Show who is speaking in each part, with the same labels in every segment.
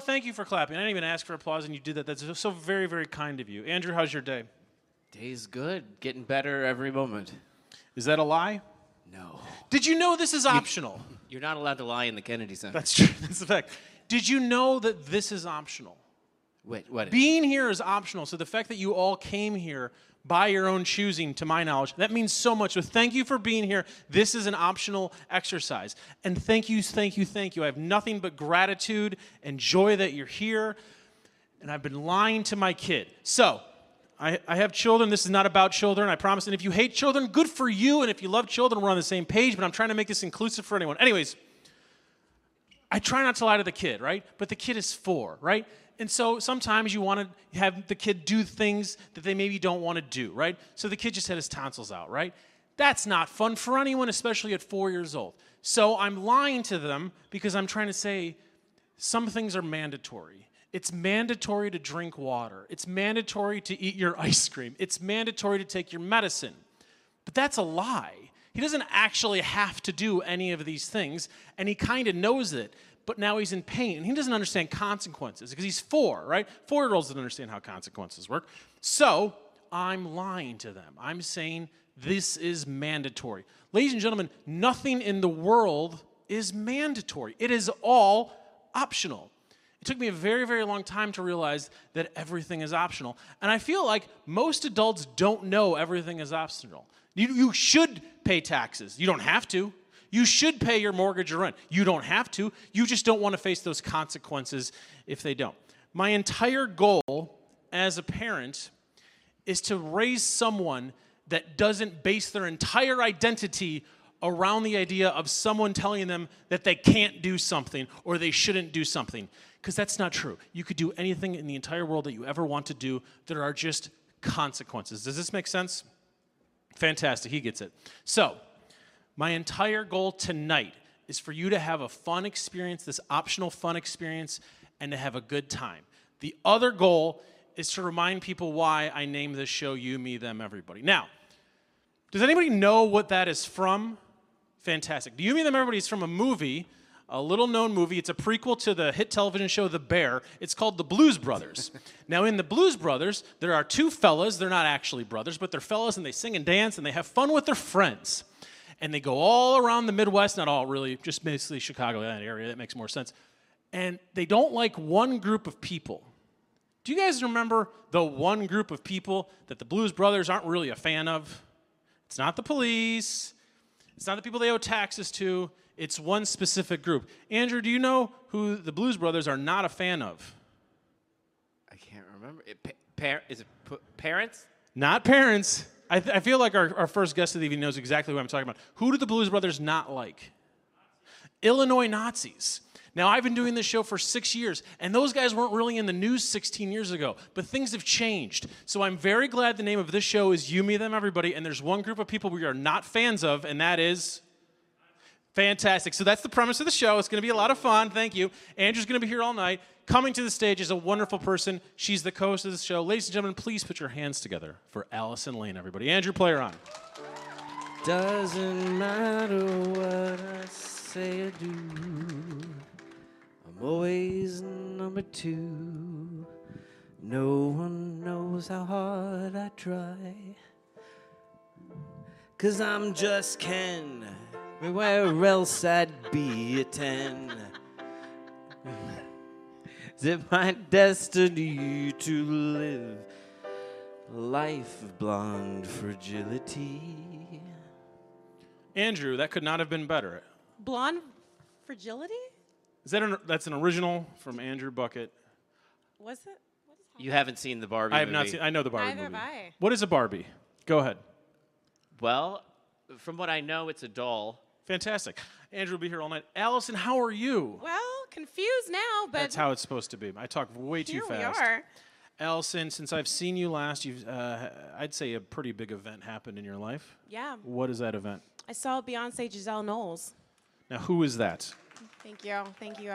Speaker 1: Thank you for clapping. I didn't even ask for applause, and you did that. That's so very, very kind of you. Andrew, how's your day?
Speaker 2: Day's good. Getting better every moment.
Speaker 1: Is that a lie?
Speaker 2: No.
Speaker 1: Did you know this is optional?
Speaker 2: You're not allowed to lie in the Kennedy Center.
Speaker 1: That's true. That's a fact. Did you know that this is optional?
Speaker 2: Wait, what?
Speaker 1: Being here is optional. So the fact that you all came here by your own choosing, to my knowledge, that means so much. So thank you for being here. This is an optional exercise. And thank you, thank you, thank you. I have nothing but gratitude and joy that you're here. And I've been lying to my kid. So I, I have children. This is not about children, I promise. And if you hate children, good for you. And if you love children, we're on the same page. But I'm trying to make this inclusive for anyone. Anyways, I try not to lie to the kid, right? But the kid is four, right? And so sometimes you want to have the kid do things that they maybe don't want to do, right? So the kid just had his tonsils out, right? That's not fun for anyone, especially at four years old. So I'm lying to them because I'm trying to say some things are mandatory. It's mandatory to drink water, it's mandatory to eat your ice cream, it's mandatory to take your medicine. But that's a lie. He doesn't actually have to do any of these things, and he kind of knows it. But now he's in pain, and he doesn't understand consequences because he's four, right? Four year olds don't understand how consequences work. So I'm lying to them. I'm saying this is mandatory. Ladies and gentlemen, nothing in the world is mandatory, it is all optional. It took me a very, very long time to realize that everything is optional. And I feel like most adults don't know everything is optional. You, you should pay taxes. You don't have to. You should pay your mortgage or rent. You don't have to. You just don't want to face those consequences if they don't. My entire goal as a parent is to raise someone that doesn't base their entire identity around the idea of someone telling them that they can't do something or they shouldn't do something. Because that's not true. You could do anything in the entire world that you ever want to do, there are just consequences. Does this make sense? Fantastic. He gets it. So, my entire goal tonight is for you to have a fun experience, this optional fun experience, and to have a good time. The other goal is to remind people why I named this show You, Me, Them, Everybody. Now, does anybody know what that is from? Fantastic. Do you mean them everybody is from a movie, a little known movie. It's a prequel to the hit television show The Bear. It's called The Blues Brothers. now in The Blues Brothers, there are two fellas, they're not actually brothers, but they're fellas and they sing and dance and they have fun with their friends. And they go all around the Midwest, not all really, just basically Chicago, that area, that makes more sense. And they don't like one group of people. Do you guys remember the one group of people that the Blues Brothers aren't really a fan of? It's not the police. It's not the people they owe taxes to. It's one specific group. Andrew, do you know who the Blues Brothers are not a fan of?
Speaker 2: I can't remember. It, pa- par- is it p- parents?
Speaker 1: Not parents. I, th- I feel like our, our first guest of the evening knows exactly what I'm talking about. Who do the Blues Brothers not like? Illinois Nazis. Now, I've been doing this show for six years, and those guys weren't really in the news 16 years ago, but things have changed. So I'm very glad the name of this show is You, Me, Them, Everybody, and there's one group of people we are not fans of, and that is. Fantastic. So that's the premise of the show. It's going to be a lot of fun. Thank you. Andrew's going to be here all night. Coming to the stage is a wonderful person. She's the co host of the show. Ladies and gentlemen, please put your hands together for Allison Lane, everybody. Andrew, play her on.
Speaker 2: Doesn't matter what I say or do. I'm always number two. No one knows how hard I try. Cause I'm just Ken. Where else I'd be a ten. Is it my destiny to live a life of blonde fragility?
Speaker 1: Andrew, that could not have been better.
Speaker 3: Blonde fragility?
Speaker 1: Is that an, that's an original from Andrew Bucket?
Speaker 3: Was it? What is
Speaker 2: You haven't seen the Barbie
Speaker 1: I have
Speaker 2: movie.
Speaker 1: not seen. I know the Barbie
Speaker 3: Neither have
Speaker 1: movie.
Speaker 3: I.
Speaker 1: What is a Barbie? Go ahead.
Speaker 2: Well, from what I know, it's a doll.
Speaker 1: Fantastic. Andrew will be here all night. Allison, how are you?
Speaker 3: well, confused now, but
Speaker 1: That's how it's supposed to be. I talk way
Speaker 3: here
Speaker 1: too
Speaker 3: we
Speaker 1: fast.
Speaker 3: are.
Speaker 1: Allison, since I've seen you last, you've uh, I'd say a pretty big event happened in your life.
Speaker 3: Yeah.
Speaker 1: What is that event?
Speaker 3: I saw Beyonce Giselle Knowles.
Speaker 1: Now, who is that?
Speaker 3: Thank you. Thank you.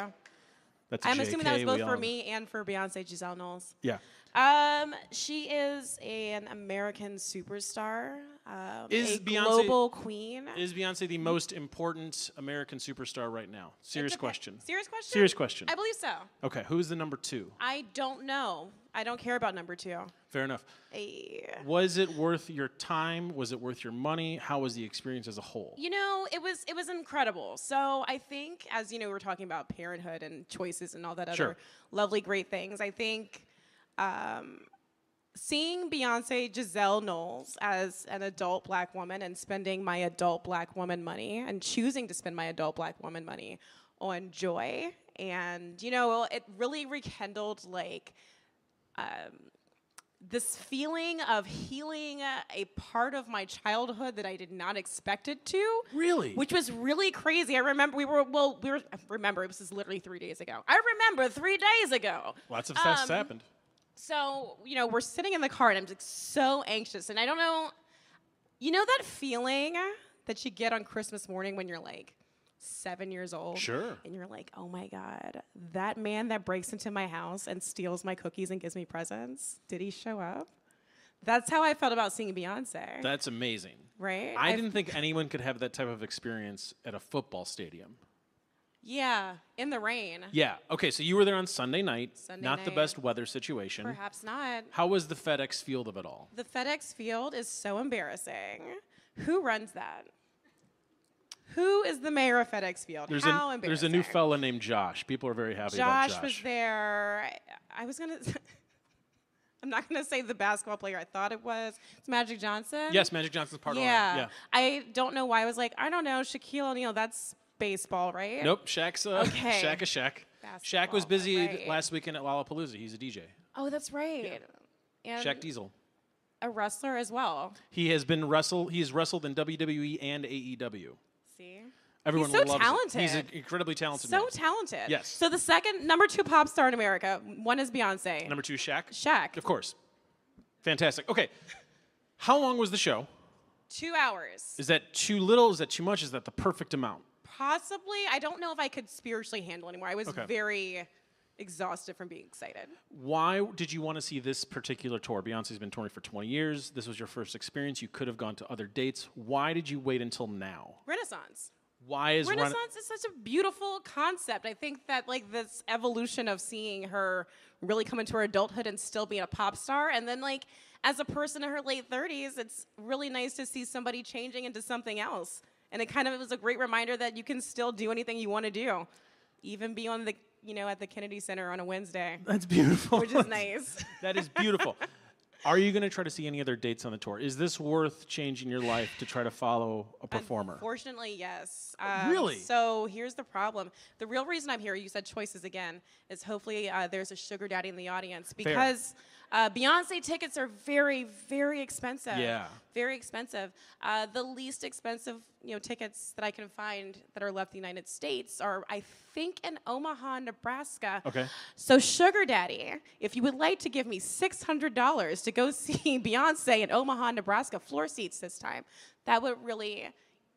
Speaker 1: That's a
Speaker 3: I'm assuming that was
Speaker 1: JK, we
Speaker 3: both
Speaker 1: all
Speaker 3: for
Speaker 1: know.
Speaker 3: me and for Beyonce Giselle Knowles.
Speaker 1: Yeah.
Speaker 3: Um, she is an American superstar. um,
Speaker 1: Is
Speaker 3: a
Speaker 1: Beyonce-
Speaker 3: global queen.
Speaker 1: Is Beyonce the most important American superstar right now? Serious
Speaker 3: Dep-
Speaker 1: question.
Speaker 3: Serious question.
Speaker 1: Serious question.
Speaker 3: I believe so.
Speaker 1: Okay, who's the number two?
Speaker 3: I don't know. I don't care about number two.
Speaker 1: Fair enough.
Speaker 3: Eh.
Speaker 1: Was it worth your time? Was it worth your money? How was the experience as a whole?
Speaker 3: You know, it was it was incredible. So I think, as you know, we were talking about parenthood and choices and all that
Speaker 1: Sure.
Speaker 3: other lovely, great things. I think um, seeing Beyonce Giselle Knowles as an adult black woman and spending my adult black woman money and choosing to spend my adult black woman money on joy and you know it really rekindled like this feeling of healing uh, a part of my childhood that I did not expect it to.
Speaker 1: Really?
Speaker 3: Which was really crazy. I remember we were well, we were remember this is literally three days ago. I remember three days ago.
Speaker 1: Lots of stuff's
Speaker 3: Um,
Speaker 1: happened.
Speaker 3: So you know we're sitting in the car and I'm like so anxious and I don't know. You know that feeling that you get on Christmas morning when you're like seven years old.
Speaker 1: Sure.
Speaker 3: And you're like, oh my god, that man that breaks into my house and steals my cookies and gives me presents. Did he show up? That's how I felt about seeing Beyonce.
Speaker 1: That's amazing.
Speaker 3: right.
Speaker 1: I
Speaker 3: I've-
Speaker 1: didn't think anyone could have that type of experience at a football stadium.
Speaker 3: Yeah, in the rain.
Speaker 1: Yeah. Okay, so you were there on Sunday night.
Speaker 3: Sunday
Speaker 1: not the
Speaker 3: night.
Speaker 1: best weather situation.
Speaker 3: Perhaps not.
Speaker 1: How was the FedEx field of it all?
Speaker 3: The FedEx field is so embarrassing. Who runs that? Who is the mayor of FedEx Field?
Speaker 1: There's
Speaker 3: How
Speaker 1: a
Speaker 3: embarrassing.
Speaker 1: there's a new fella named Josh. People are very happy about
Speaker 3: Josh,
Speaker 1: Josh.
Speaker 3: was there. I, I was gonna. I'm not gonna say the basketball player I thought it was. It's Magic Johnson.
Speaker 1: Yes, Magic Johnson's part
Speaker 3: Yeah.
Speaker 1: owner.
Speaker 3: I don't know why I was like, I don't know, Shaquille O'Neal. That's baseball, right?
Speaker 1: Yeah. Nope, Shaq's uh,
Speaker 3: Okay.
Speaker 1: Shaq is Shaq. Shaq
Speaker 3: Basketball,
Speaker 1: was busy
Speaker 3: right.
Speaker 1: last weekend at Lollapalooza. He's a DJ.
Speaker 3: Oh, that's right. And
Speaker 1: Shaq Diesel.
Speaker 3: a wrestler as well.
Speaker 1: He has been wrestle. He has wrestled in WWE and AEW.
Speaker 3: See.
Speaker 1: Everyone
Speaker 3: so
Speaker 1: loves It. He's an
Speaker 3: talented.
Speaker 1: incredibly talented.
Speaker 3: So
Speaker 1: man.
Speaker 3: talented.
Speaker 1: Yes.
Speaker 3: So the second number two pop star in America, one is Beyonce.
Speaker 1: Number two, Shaq.
Speaker 3: Shaq.
Speaker 1: Of course. Fantastic. Okay. How long was the show?
Speaker 3: Two hours.
Speaker 1: Is that too little? Is that too much? Is that the perfect amount?
Speaker 3: Possibly. I don't know if I could spiritually handle anymore. I was
Speaker 1: Okay.
Speaker 3: very exhausted from being excited.
Speaker 1: Why did you want to see this particular tour? Beyonce's been touring for 20 years. This was your first experience. You could have gone to other dates. Why did you wait until now?
Speaker 3: Renaissance.
Speaker 1: Why is Ren-
Speaker 3: Renaissance is such a beautiful concept. I think that like this evolution of seeing her really come into her adulthood and still being a pop star, and then like as a person in her late thirties, it's really nice to see somebody changing into something else. And it kind of was a great reminder that you can still do anything you want to do, even be on the you know at the Kennedy Center on a Wednesday,
Speaker 1: That's beautiful.
Speaker 3: which is nice.
Speaker 1: that is beautiful. Are you going to try to see any other dates on the tour? Is this worth changing your life to try to follow a performer?
Speaker 3: Fortunately, yes. Um,
Speaker 1: really?
Speaker 3: So here's the problem. The real reason I'm here, you said choices again, is hopefully uh, there's a sugar daddy in the audience because uh, Beyonce tickets are very, very expensive.
Speaker 1: Yeah.
Speaker 3: Very expensive. Uh, the least expensive, you know, tickets that I can find that are left the United States are, I think, in Omaha, Nebraska.
Speaker 1: Okay.
Speaker 3: So, sugar daddy, if you would like to give me six hundred dollars to go see Beyonce in Omaha, Nebraska, floor seats this time, that would really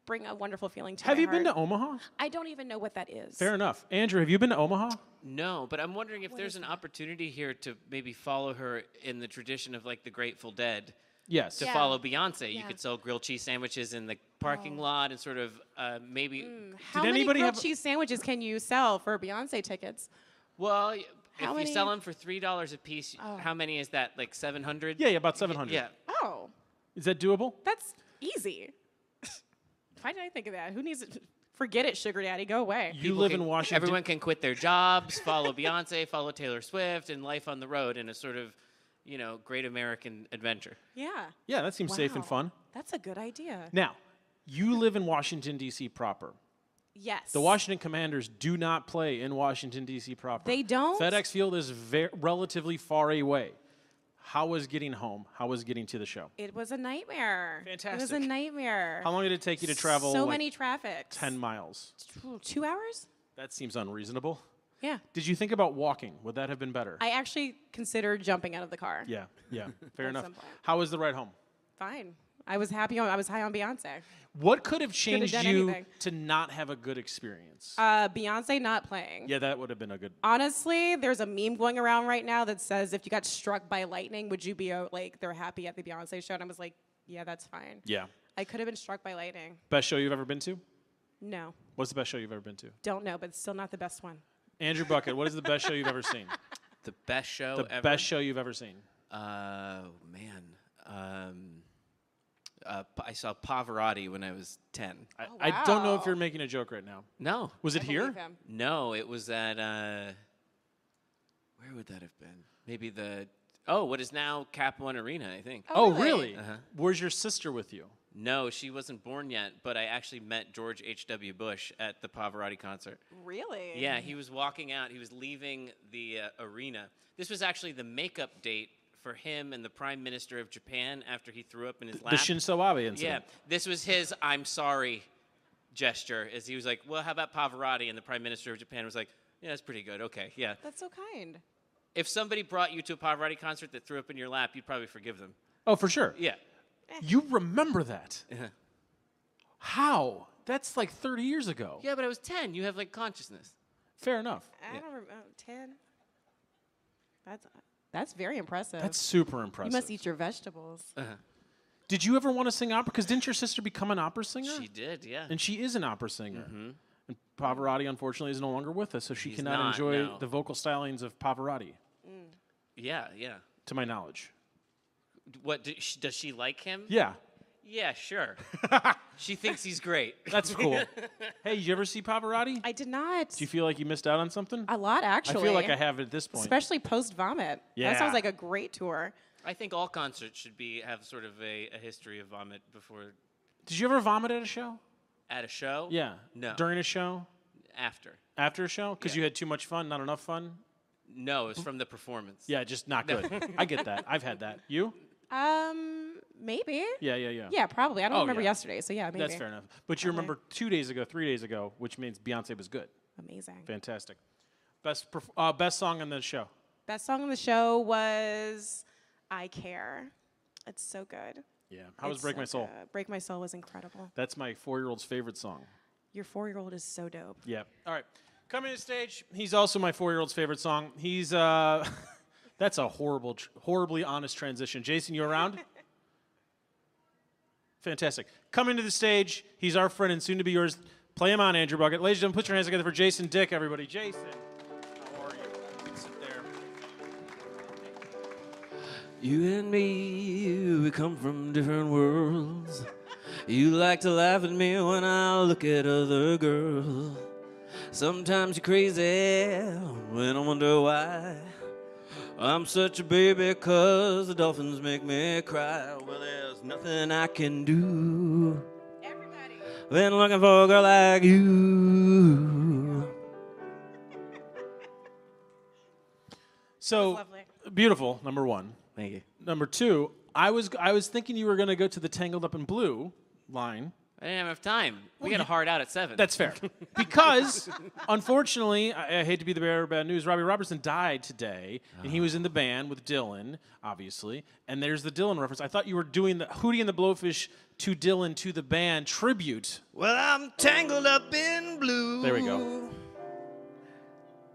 Speaker 3: bring a wonderful feeling to
Speaker 1: Have
Speaker 3: my
Speaker 1: you been to
Speaker 3: heart.
Speaker 1: Omaha?
Speaker 3: I don't even know what that is.
Speaker 1: Fair enough. Andrew, have you been to Omaha?
Speaker 2: No, but I'm wondering if there's an opportunity here to maybe follow her in the tradition of like the Grateful Dead.
Speaker 1: Yes.
Speaker 2: To
Speaker 3: Yeah.
Speaker 2: follow Beyonce, you
Speaker 3: Yeah. Oh.
Speaker 2: could sell grilled cheese sandwiches in the parking lot and sort of uh, maybe.
Speaker 3: How
Speaker 1: Did
Speaker 3: many
Speaker 1: anybody
Speaker 3: grilled
Speaker 1: have-
Speaker 3: cheese sandwiches can you sell for Beyonce tickets?
Speaker 2: Well, y-
Speaker 3: How
Speaker 2: if you sell
Speaker 3: many-
Speaker 2: them for three dollars a piece, how many is that? Like 700?
Speaker 1: Yeah, yeah, about 700.
Speaker 2: Yeah.
Speaker 3: Oh,
Speaker 1: Is that doable?
Speaker 3: that's easy. Why did I think of that? Who needs it? Forget it, sugar daddy. Go away.
Speaker 1: You
Speaker 2: People
Speaker 1: live
Speaker 2: can-
Speaker 1: in Washington.
Speaker 2: Everyone can quit their jobs, follow Beyonce, follow Taylor Swift, and life on the road in a sort of, you know, great American adventure.
Speaker 3: Yeah.
Speaker 1: Yeah, that seems safe and
Speaker 3: Wow.
Speaker 1: fun.
Speaker 3: That's a good idea.
Speaker 1: Now, you live in Washington D.C. proper.
Speaker 3: Yes.
Speaker 1: The Washington Commanders do not play in Washington D.C. proper.
Speaker 3: They don't?
Speaker 1: FedEx Field is ve- relatively far away. How was getting home? How was getting to the show?
Speaker 3: It was a nightmare. It was a
Speaker 1: Fantastic.
Speaker 3: nightmare.
Speaker 1: How long did it take you to travel?
Speaker 3: So
Speaker 1: like,
Speaker 3: many traffics.
Speaker 1: Ten miles.
Speaker 3: Ooh, Two hours?
Speaker 1: That seems unreasonable.
Speaker 3: Yeah.
Speaker 1: Did you think about walking? Would that have been better?
Speaker 3: I actually considered jumping out of the car.
Speaker 1: yeah, yeah, fair enough.
Speaker 3: some point.
Speaker 1: How was the ride home?
Speaker 3: Fine. I was happy on I was high on Beyonce.
Speaker 1: What could have changed
Speaker 3: done
Speaker 1: you
Speaker 3: anything.
Speaker 1: to not have a good experience?
Speaker 3: Uh, Beyonce not playing.
Speaker 1: yeah, that would have been a good.
Speaker 3: Honestly, there's a meme going around right now that says if you got struck by lightning, would you be uh, like they're happy at the Beyonce show? And I was like, Yeah, that's fine.
Speaker 1: Yeah.
Speaker 3: I could have been struck by lightning.
Speaker 1: Best show you've ever been to?
Speaker 3: No,
Speaker 1: What's the best show you've ever been to?
Speaker 3: don't know, but it's still not the best one.
Speaker 1: Andrew Bucket, what is the best show you've ever seen?
Speaker 2: The best show
Speaker 1: The
Speaker 2: ever.
Speaker 1: best show you've ever seen.
Speaker 2: Oh man, um, uh, P- I saw Pavarotti when I was ten.
Speaker 1: I, I don't know
Speaker 3: Oh, wow.
Speaker 1: if you're making a joke right now.
Speaker 2: No,
Speaker 1: Was it
Speaker 3: I
Speaker 1: here?
Speaker 3: believe him.
Speaker 2: no, it was at uh, where would that have been? Maybe the oh, what is now Cap One Arena, I think.
Speaker 1: Oh,
Speaker 3: Oh,
Speaker 1: really?
Speaker 3: really?
Speaker 2: Uh-huh.
Speaker 1: Where's your sister with you?
Speaker 2: No, she wasn't born yet, but I actually met George H. W. Bush at the Pavarotti concert.
Speaker 3: Really?
Speaker 2: Yeah, he was walking out. He was leaving the uh, arena. This was actually the makeup date for him and the Prime Minister of Japan after he threw up in his lap.
Speaker 1: The Shinzo Abe
Speaker 2: Yeah,
Speaker 1: incident.
Speaker 2: this was his "I'm sorry" gesture. Is he was like, "Well, how about Pavarotti?" And the Prime Minister of Japan was like, "Yeah, that's pretty good. Okay, yeah."
Speaker 3: That's so kind.
Speaker 2: If somebody brought you to a Pavarotti concert that threw up in your lap, you'd probably forgive them.
Speaker 1: Oh, for sure.
Speaker 2: Yeah.
Speaker 1: You remember that?
Speaker 2: Uh-huh.
Speaker 1: How? That's like 30 years ago.
Speaker 2: Yeah, but I was ten. You have like consciousness.
Speaker 1: Fair enough.
Speaker 3: I don't remember. Oh, Ten. That's that's very impressive.
Speaker 1: That's super impressive.
Speaker 3: you must eat your vegetables.
Speaker 1: Uh, Did you ever want to sing opera? Because didn't your sister become an opera singer?
Speaker 2: She Mm-hmm. did. Yeah.
Speaker 1: and she is an opera singer. And Pavarotti, unfortunately, is no longer with us, so she cannot
Speaker 2: not,
Speaker 1: enjoy
Speaker 2: no.
Speaker 1: the vocal stylings of Pavarotti,
Speaker 2: Yeah, yeah.
Speaker 1: to my knowledge.
Speaker 2: What do, sh- does she like him?
Speaker 1: Yeah,
Speaker 2: Yeah, sure. she thinks he's great.
Speaker 1: that's cool. hey, you ever see Pavarotti?
Speaker 3: I did not.
Speaker 1: Do you feel like you missed out on something?
Speaker 3: a lot
Speaker 1: I
Speaker 3: actually.
Speaker 1: feel like I have at this point.
Speaker 3: Especially post vomit. That
Speaker 1: Yeah.
Speaker 3: sounds like a great tour.
Speaker 2: I think all concerts should be have sort of a, a history of vomit before
Speaker 1: Did you ever vomit at a show?
Speaker 2: at a show.
Speaker 1: Yeah.
Speaker 2: No.
Speaker 1: During a show?
Speaker 2: after.
Speaker 1: After a show? Because
Speaker 2: Yeah.
Speaker 1: you had too much fun, not enough fun?
Speaker 2: No, it's from the performance.
Speaker 1: Yeah, just not good. I get that. I've had that. You?
Speaker 3: Um, maybe.
Speaker 1: Yeah, yeah, yeah.
Speaker 3: Yeah, probably. I don't
Speaker 1: Oh,
Speaker 3: remember
Speaker 1: yeah.
Speaker 3: yesterday, so yeah, maybe.
Speaker 1: That's fair enough. But you remember two days ago, three days ago, which means Beyonce was good.
Speaker 3: Amazing.
Speaker 1: Fantastic. Best perf- uh, best song on the show.
Speaker 3: Best song on the show was "I Care." It's so good.
Speaker 1: Yeah. How was
Speaker 3: It's
Speaker 1: Break
Speaker 3: so
Speaker 1: My Soul?
Speaker 3: good. Break My Soul was incredible.
Speaker 1: That's my four year old's favorite song.
Speaker 3: Your four-year-old is so dope.
Speaker 1: Yeah. All right. Coming to stage, he's also my four year old's favorite song. He's, uh, that's a horrible, tr- horribly honest transition. Jason, you around? Fantastic. Coming to the stage, he's our friend and soon to be yours. Play him on, Andrew Bucket. Ladies and gentlemen, put your hands together for Jason Dick, everybody. Jason, how are you? You can sit there.
Speaker 2: You and me, we come from different worlds. You like to laugh at me when I look at other girls. Sometimes you're crazy when I wonder why. I'm such a baby 'cause the dolphins make me cry. Well, there's nothing I can do.
Speaker 3: Everybody.
Speaker 2: Been looking for a girl like you.
Speaker 1: So,
Speaker 3: lovely.
Speaker 1: beautiful, number one.
Speaker 2: Thank you.
Speaker 1: Number two, I was I was thinking you were going to go to the Tangled Up in Blue line.
Speaker 2: I didn't have enough time. We got a hard out at seven.
Speaker 1: That's fair. because, unfortunately, I, I hate to be the bearer of bad news, Robbie Robertson died today, and he was in the band with Dylan, obviously. And there's the Dylan reference. I thought you were doing the Hootie and the Blowfish to Dylan to the band tribute.
Speaker 2: Well, I'm tangled up in blue.
Speaker 1: There we go.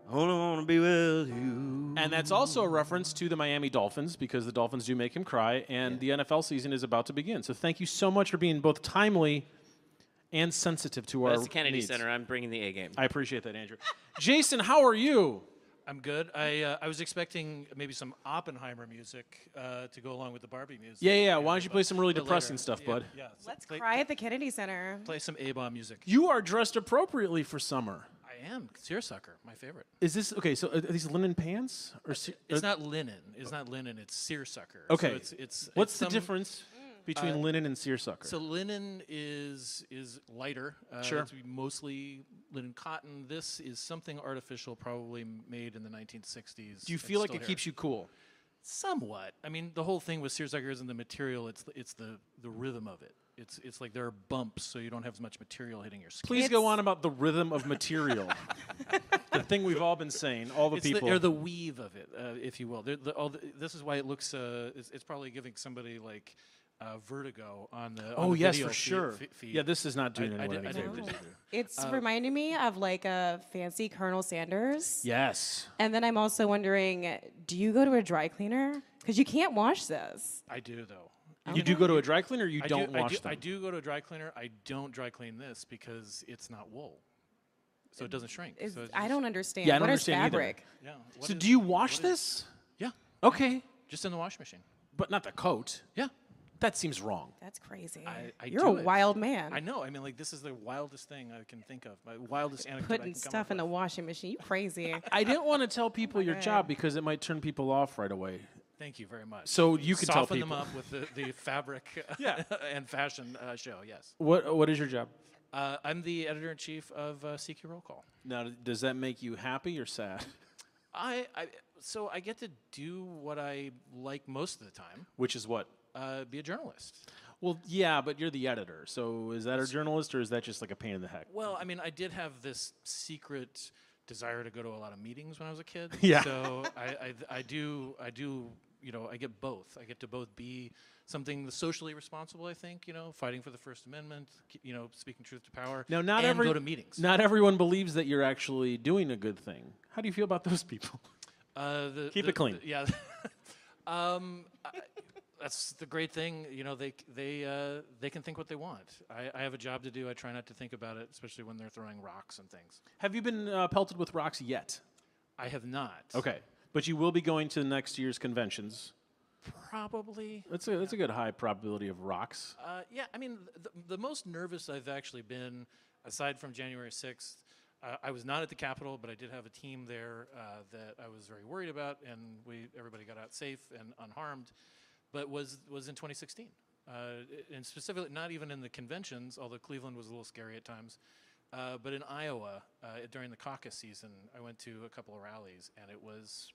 Speaker 2: Only wanna be with you.
Speaker 1: And that's also a reference to the Miami Dolphins because the Dolphins do make him cry, and the NFL season is about to begin. So thank you so much for being both timely and sensitive to our
Speaker 2: That's the Kennedy
Speaker 1: needs.
Speaker 2: Center. I'm bringing the A game.
Speaker 1: I appreciate that, Andrew. Jason, how are you?
Speaker 4: I'm good. I uh, I was expecting maybe some Oppenheimer music uh, to go along with the Barbie music.
Speaker 1: Yeah, yeah, yeah. Why don't you
Speaker 4: but-
Speaker 1: play some really
Speaker 4: but
Speaker 1: depressing
Speaker 4: later.
Speaker 1: stuff,
Speaker 4: Yeah,
Speaker 1: bud?
Speaker 4: Yeah. so
Speaker 3: Let's
Speaker 4: play,
Speaker 3: cry at the Kennedy Center.
Speaker 4: Play some A bomb music.
Speaker 1: You are dressed appropriately for summer.
Speaker 4: I am seersucker, my favorite.
Speaker 1: Is this okay? So are these linen pants or? se- uh,
Speaker 4: It's
Speaker 1: are-
Speaker 4: not linen. It's not linen. It's seersucker.
Speaker 1: okay.
Speaker 4: So it's it's.
Speaker 1: What's
Speaker 4: it's some- Mm.
Speaker 1: the
Speaker 4: Uh,
Speaker 1: difference between linen and seersucker?
Speaker 4: So linen is is lighter. Uh,
Speaker 1: Sure.
Speaker 4: It's mostly linen cotton. This is something artificial, probably made in the 1960s.
Speaker 1: Do you feel like it keeps you cool?
Speaker 4: Somewhat. I mean, the whole thing with seersucker isn't the material; it's the, it's the the rhythm of it. It's it's like there are bumps, so you don't have as much material hitting your skin.
Speaker 1: Please go
Speaker 3: It's-
Speaker 1: on about the rhythm of material. the thing we've all been saying, all the
Speaker 4: It's
Speaker 1: people.
Speaker 4: the, or the weave of it, uh, if you will. They're- the- all the- this is why it looks. Uh, it's, it's probably giving somebody like uh, vertigo on the. on
Speaker 1: oh
Speaker 4: the
Speaker 1: yes,
Speaker 4: video
Speaker 1: for sure.
Speaker 4: Feed, fe- feed.
Speaker 1: Yeah, this is not doing
Speaker 4: I, I,
Speaker 1: anyone
Speaker 4: did, I
Speaker 1: any
Speaker 4: didn't
Speaker 1: favors.
Speaker 4: really do.
Speaker 3: It's
Speaker 1: Uh,
Speaker 3: reminding me of like a fancy Colonel Sanders.
Speaker 1: Yes.
Speaker 3: And then I'm also wondering, do you go to a dry cleaner? Because you can't wash this.
Speaker 4: I do though.
Speaker 1: You do go to a dry cleaner, or you
Speaker 4: I
Speaker 1: don't
Speaker 4: do, I
Speaker 1: wash
Speaker 4: do,
Speaker 1: them.
Speaker 4: I do go to a dry cleaner. I don't dry clean this because it's not wool, so it doesn't shrink.
Speaker 3: Is-
Speaker 4: so it's
Speaker 3: I
Speaker 4: just-
Speaker 3: don't understand.
Speaker 1: Yeah, I don't
Speaker 3: What is
Speaker 1: understand either.
Speaker 3: fabric?
Speaker 4: Yeah. what
Speaker 1: So
Speaker 4: is-
Speaker 1: do you wash
Speaker 4: what is-
Speaker 1: this?
Speaker 4: yeah,
Speaker 1: Okay,
Speaker 4: just in the washing machine.
Speaker 1: but not the coat.
Speaker 4: Yeah.
Speaker 1: That seems wrong.
Speaker 3: That's crazy.
Speaker 4: I- I
Speaker 3: You're
Speaker 4: do
Speaker 3: a
Speaker 4: it.
Speaker 3: wild man.
Speaker 4: I know. I mean, like this is the wildest thing I can think of. My wildest anecdote. I
Speaker 3: Putting
Speaker 4: can come
Speaker 3: stuff
Speaker 4: up
Speaker 3: in the
Speaker 4: with.
Speaker 3: washing machine. You crazy.
Speaker 4: Uh,
Speaker 1: I didn't want to tell people your
Speaker 3: God.
Speaker 1: job because it might turn people off right away.
Speaker 4: Thank you very much.
Speaker 1: So you can tell
Speaker 4: soften
Speaker 1: people.
Speaker 4: them up with the, the fabric uh,
Speaker 1: Yeah.
Speaker 4: and fashion uh, show. Yes.
Speaker 1: What What is your job?
Speaker 4: Uh, I'm the editor in chief of uh, CQ Roll Call.
Speaker 1: Now, does that make you happy or sad?
Speaker 4: I, I so I get to do what I like most of the time.
Speaker 1: Which is what?
Speaker 4: Uh, be a journalist.
Speaker 1: Well, yeah, but you're the editor. So is that a journalist or is that just like a pain in the heck?
Speaker 4: Well, I mean, I did have this secret desire to go to a lot of meetings when I was a kid.
Speaker 1: Yeah.
Speaker 4: So I, I, I do, I do, you know, I get both. I get to both be something socially responsible. I think, you know, fighting for the First Amendment. k- You know, speaking truth to power.
Speaker 1: Now, not
Speaker 4: and
Speaker 1: every
Speaker 4: go to meetings.
Speaker 1: Not everyone believes that you're actually doing a good thing. How do you feel about those people?
Speaker 4: Uh, the,
Speaker 1: Keep
Speaker 4: the-
Speaker 1: it clean.
Speaker 4: the- yeah. um, I, that's the great thing. You know, they c- they uh, they can think what they want. I, I have a job to do. I try not to think about it, especially when they're throwing rocks and things.
Speaker 1: Have you been uh, pelted with rocks yet?
Speaker 4: I have not.
Speaker 1: Okay, but you will be going to next year's conventions.
Speaker 4: Probably.
Speaker 1: That's a that's a good high probability of rocks.
Speaker 4: Uh, yeah. I mean, th- the, the most nervous I've actually been, aside from January sixth. Uh, I was not at the Capitol, but I did have a team there uh, that I was very worried about, and we everybody got out safe and unharmed. But was was in 2016, uh, i- and specifically not even in the conventions, although Cleveland was a little scary at times. Uh, but in Iowa, uh, during the caucus season, I went to a couple of rallies, and it was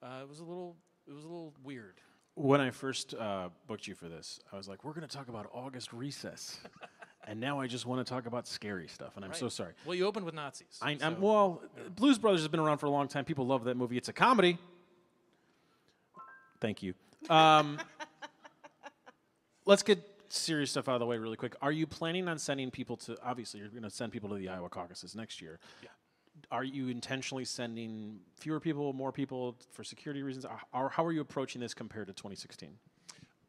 Speaker 4: uh, it was a little it was a little weird.
Speaker 1: When I first uh, booked you for this, I was like, we're going to talk about August recess, and now I just want to talk about scary stuff. And I'm so
Speaker 4: Right.
Speaker 1: sorry.
Speaker 4: Well, you opened with Nazis.
Speaker 1: I,
Speaker 4: so-
Speaker 1: I'm, well, Blues Brothers has been around for a long time. People love that movie. It's a comedy. Thank you. Um, let's get serious stuff out of the way really quick. Are you planning on sending people to? Obviously, you're going to send people to the Iowa caucuses next year. Yeah. Are you intentionally sending fewer people, more people for security reasons? Or- Or how are you approaching this compared to 2016?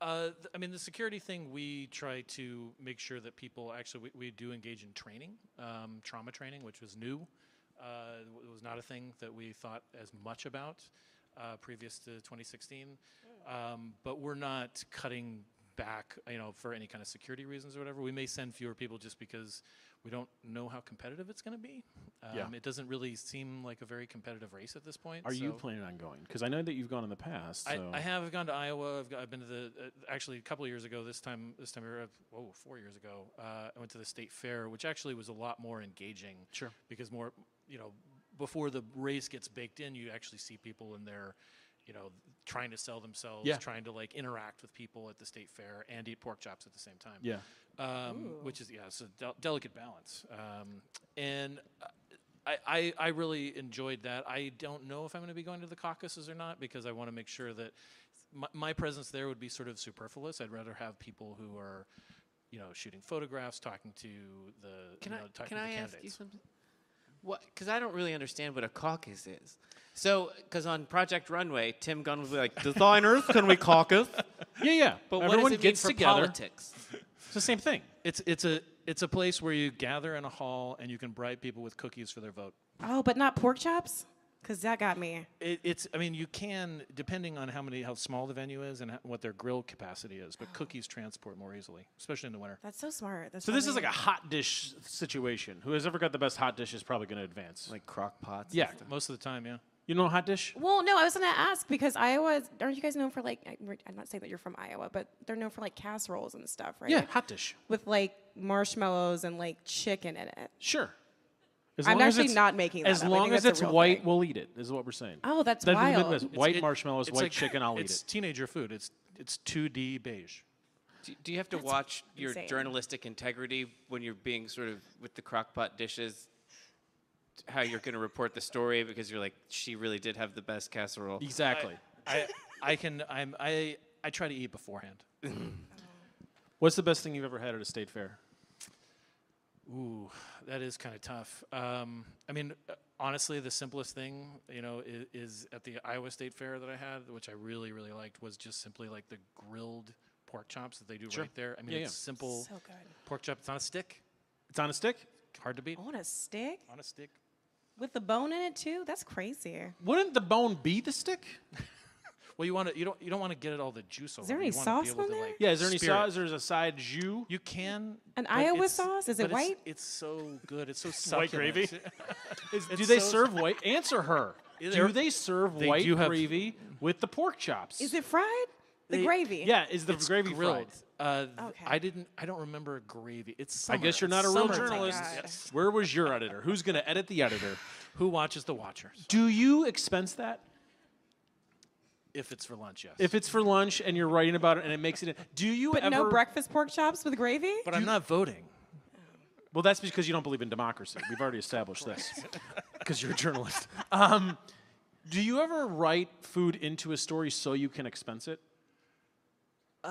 Speaker 4: Uh, th- I mean, the security thing, we try to make sure that people actually, we, we do engage in training, um, trauma training, which was new. Uh, it w- it was not a thing that we thought as much about uh, previous to 2016. Um, but we're not cutting back, you know, for any kind of security reasons or whatever. We may send fewer people just because we don't know how competitive it's going to be. Um,
Speaker 1: Yeah.
Speaker 4: It doesn't really seem like a very competitive race at this point.
Speaker 1: Are you
Speaker 4: so-
Speaker 1: planning on going? Because I know that you've gone in the past.
Speaker 4: I,
Speaker 1: so-
Speaker 4: I have gone to Iowa. I've, go- I've been to the uh, actually a couple of years ago. This time, this time, we were, at- whoa, four years ago. Uh, I went to the state fair, which actually was a lot more engaging.
Speaker 1: Sure.
Speaker 4: Because more, you know, before the race gets baked in, you actually see people in there, you know, trying to sell themselves,
Speaker 1: Yeah.
Speaker 4: trying to like interact with people at the state fair and eat pork chops at the same time
Speaker 1: yeah.
Speaker 4: um, which is yeah, it's a del- delicate balance. Um, and uh, I, I, I really enjoyed that. I don't know if I'm going to be going to the caucuses or not because I want to make sure that my, my presence there would be sort of superfluous. I'd rather have people who are, you know, shooting photographs, talking to the
Speaker 2: Can
Speaker 4: you
Speaker 2: I
Speaker 4: know,
Speaker 2: can
Speaker 4: talking to
Speaker 2: I
Speaker 4: the
Speaker 2: ask
Speaker 4: candidates.
Speaker 2: you something? What? Because I don't really understand what a caucus is. So, because on Project Runway, Tim Gunn was like, "Designers, can we caucus?"
Speaker 1: Yeah, yeah.
Speaker 2: But what
Speaker 1: everyone
Speaker 2: does it mean
Speaker 1: gets
Speaker 2: for
Speaker 1: together.
Speaker 2: politics?
Speaker 1: It's the same thing.
Speaker 4: It's it's a it's a place where you gather in a hall and you can bribe people with cookies for their vote.
Speaker 3: Oh, but not pork chops? Because that got me.
Speaker 4: It, it's I mean you can depending on how many how small the venue is and ho- what their grill capacity is, but cookies transport more easily, especially in the winter.
Speaker 3: That's so smart. That's
Speaker 1: So this is like a
Speaker 3: brilliant.
Speaker 1: hot dish situation. Whoever's ever got the best hot dish is probably going to advance.
Speaker 2: Like crock pots.
Speaker 1: yeah,
Speaker 4: Most of the time, yeah.
Speaker 1: you know hot dish.
Speaker 3: Well, no, I was gonna ask because Iowa. is- Aren't you guys known for like? I- we're- I'm not saying that you're from Iowa, but they're known for like casseroles and stuff, right?
Speaker 1: Yeah, hot dish.
Speaker 3: With like marshmallows and like chicken in it.
Speaker 1: Sure. As
Speaker 3: I'm
Speaker 1: long as
Speaker 3: actually
Speaker 1: it's-
Speaker 3: not making that
Speaker 1: As
Speaker 3: up. I
Speaker 1: long
Speaker 3: think
Speaker 1: as
Speaker 3: that's
Speaker 1: it's
Speaker 3: a real
Speaker 1: white,
Speaker 3: thing.
Speaker 1: we'll eat it. Is what we're saying.
Speaker 3: Oh, that's
Speaker 1: That'd be the
Speaker 3: wild.
Speaker 1: Midwest.
Speaker 4: It's-
Speaker 1: White
Speaker 4: it-
Speaker 1: marshmallows,
Speaker 4: it's
Speaker 1: white
Speaker 4: like-
Speaker 1: chicken. I'll eat
Speaker 4: It's
Speaker 1: it.
Speaker 4: teenager food. It's it's 2D beige.
Speaker 2: Do, do you have to watch your
Speaker 3: insane.
Speaker 2: journalistic integrity when you're being sort of with the crock pot dishes? t- How you're going to report the story because you're like, she really did have the best casserole.
Speaker 1: Exactly.
Speaker 4: I I can I'm I I try to eat beforehand.
Speaker 1: What's the best thing you've ever had at a state fair?
Speaker 4: Ooh, that is kind of tough. Um, I mean, uh, honestly, the simplest thing, you know, is, is at the Iowa State Fair that I had, which I really, really liked, was just simply like the grilled pork chops that they do
Speaker 1: Sure.
Speaker 4: right there. I mean,
Speaker 1: Yeah, yeah.
Speaker 4: it's simple
Speaker 3: So good.
Speaker 4: pork chop. It's on a stick.
Speaker 1: It's on a stick.
Speaker 4: Hard to beat.
Speaker 1: Oh.
Speaker 3: On a stick
Speaker 4: On a stick.
Speaker 3: with the bone in it too. That's crazy.
Speaker 1: Wouldn't the bone be the stick?
Speaker 4: Well, you want to you don't you don't want to get it all the juice over.
Speaker 3: there
Speaker 4: it.
Speaker 3: any
Speaker 4: you wanna be
Speaker 3: sauce
Speaker 4: able
Speaker 3: on
Speaker 4: to,
Speaker 3: there?
Speaker 4: Like,
Speaker 1: Yeah. Is there any
Speaker 4: spear it.
Speaker 1: sauce? There's a side jus.
Speaker 4: You can.
Speaker 3: An
Speaker 4: but
Speaker 3: Iowa
Speaker 4: it's-
Speaker 3: sauce? Is it
Speaker 4: but it's-
Speaker 3: white?
Speaker 4: It's, so good. It's so
Speaker 1: White
Speaker 4: succulent.
Speaker 1: gravy? Is- do
Speaker 4: It's
Speaker 1: they
Speaker 4: so-
Speaker 1: serve white? Answer her. Do
Speaker 4: They're-
Speaker 1: they serve
Speaker 4: they
Speaker 1: white
Speaker 4: do have-
Speaker 1: gravy with the pork chops?
Speaker 3: Is it fried? The
Speaker 4: They-
Speaker 3: gravy.
Speaker 1: Yeah. Is the
Speaker 4: It's
Speaker 1: gravy
Speaker 4: grilled.
Speaker 1: fried?
Speaker 4: Uh, th-
Speaker 3: Okay.
Speaker 4: I didn't. I don't remember gravy. It's.
Speaker 1: I
Speaker 4: Summer.
Speaker 1: guess you're not
Speaker 4: It's
Speaker 1: a real
Speaker 4: summer time.
Speaker 1: journalist.
Speaker 3: God.
Speaker 4: Yes.
Speaker 1: Where was your editor? Who's going to edit the editor?
Speaker 4: Who watches the Watchers?
Speaker 1: Do you expense that?
Speaker 4: If it's for lunch, yes.
Speaker 1: If it's for lunch and you're writing about it and it makes it, in- do you
Speaker 3: But
Speaker 1: ever?
Speaker 3: no breakfast pork chops with gravy?
Speaker 4: but I'm not voting.
Speaker 1: Well, that's because you don't believe in democracy. We've already established this. Because you're a journalist. Um, do you ever write food into a story so you can expense it?
Speaker 4: Uh,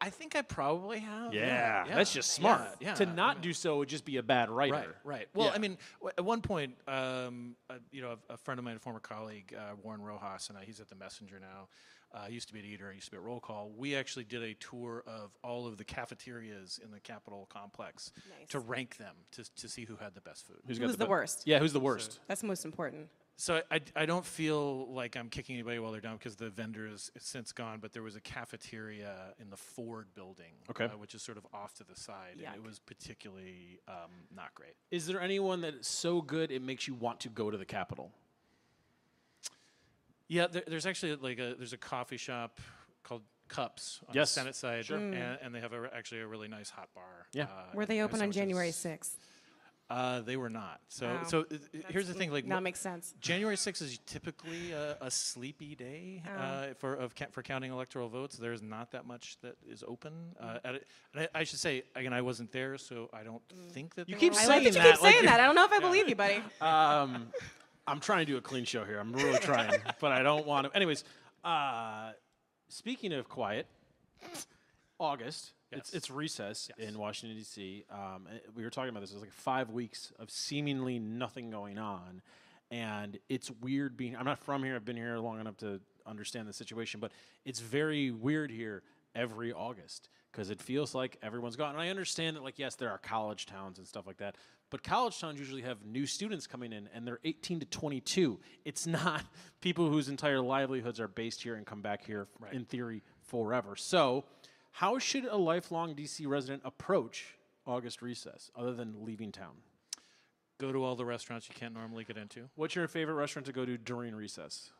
Speaker 4: I think I probably have.
Speaker 1: that's just smart.
Speaker 4: Yeah,
Speaker 1: to
Speaker 4: yeah.
Speaker 1: not do so would just be a bad writer.
Speaker 4: Right, right. Well,
Speaker 1: Yeah.
Speaker 4: I mean, w- at one point, um, uh, you know, a, a friend of mine, a former colleague, uh, Warren Rojas, and I, he's at the Messenger now. Uh, he used to be at Eater. He used to be at Roll Call. We actually did a tour of all of the cafeterias in the Capitol complex to rank them to, to see who had the best food.
Speaker 1: Who's
Speaker 3: Who's the
Speaker 1: be-
Speaker 3: worst?
Speaker 1: Yeah, who's the worst?
Speaker 3: That's most important.
Speaker 4: So I, I don't feel like I'm kicking anybody while they're down because the vendor is is since gone. But there was a cafeteria in the Ford building,
Speaker 1: Okay.
Speaker 4: uh, which is sort of off to the side, and
Speaker 3: Yuck.
Speaker 4: it was particularly um, not great.
Speaker 1: Is there anyone that is so good it makes you want to go to the Capitol?
Speaker 4: Yeah, there, there's actually like a there's a coffee shop called Cups on
Speaker 1: Yes.
Speaker 4: the Senate side, and, and they have a, re- actually a really nice hot bar. uh,
Speaker 1: Yeah.
Speaker 3: Where Hmm. they
Speaker 4: and
Speaker 3: open on
Speaker 4: sandwiches.
Speaker 3: January 6th.
Speaker 4: Uh, they were not. So
Speaker 3: Wow.
Speaker 4: so uh, here's the thing, like
Speaker 3: That
Speaker 4: mo-
Speaker 3: makes sense.
Speaker 4: January 6th is typically a, a sleepy day uh, for of ca- for counting electoral votes. There's not that much that is open. Uh, at it, and I, I should say again, I wasn't there, so I don't think that
Speaker 1: You
Speaker 4: there
Speaker 1: keep
Speaker 4: were-
Speaker 3: I
Speaker 1: saying
Speaker 3: like that you
Speaker 1: that,
Speaker 3: keep
Speaker 1: like
Speaker 3: saying
Speaker 1: you-
Speaker 3: that. I don't know if I believe you, buddy.
Speaker 1: Um, I'm trying to do a clean show here. I'm really trying, but I don't want to. Anyways, uh, speaking of quiet, August. It's,
Speaker 4: Yes.
Speaker 1: it's recess in Washington D.C. Um, and we were talking about this. It was like five weeks of seemingly nothing going on, and it's weird being. I'm not from here. I've been here long enough to understand the situation, but it's very weird here every August because it feels like everyone's gone. And I understand that, like, yes, there are college towns and stuff like that, but college towns usually have new students coming in, and they're 18 to 22. It's not people whose entire livelihoods are based here and come back here f- in theory forever. So. How should a lifelong DC resident approach August recess other than leaving town?
Speaker 4: go to all the restaurants you can't normally get into.
Speaker 1: What's your favorite restaurant to go to during recess?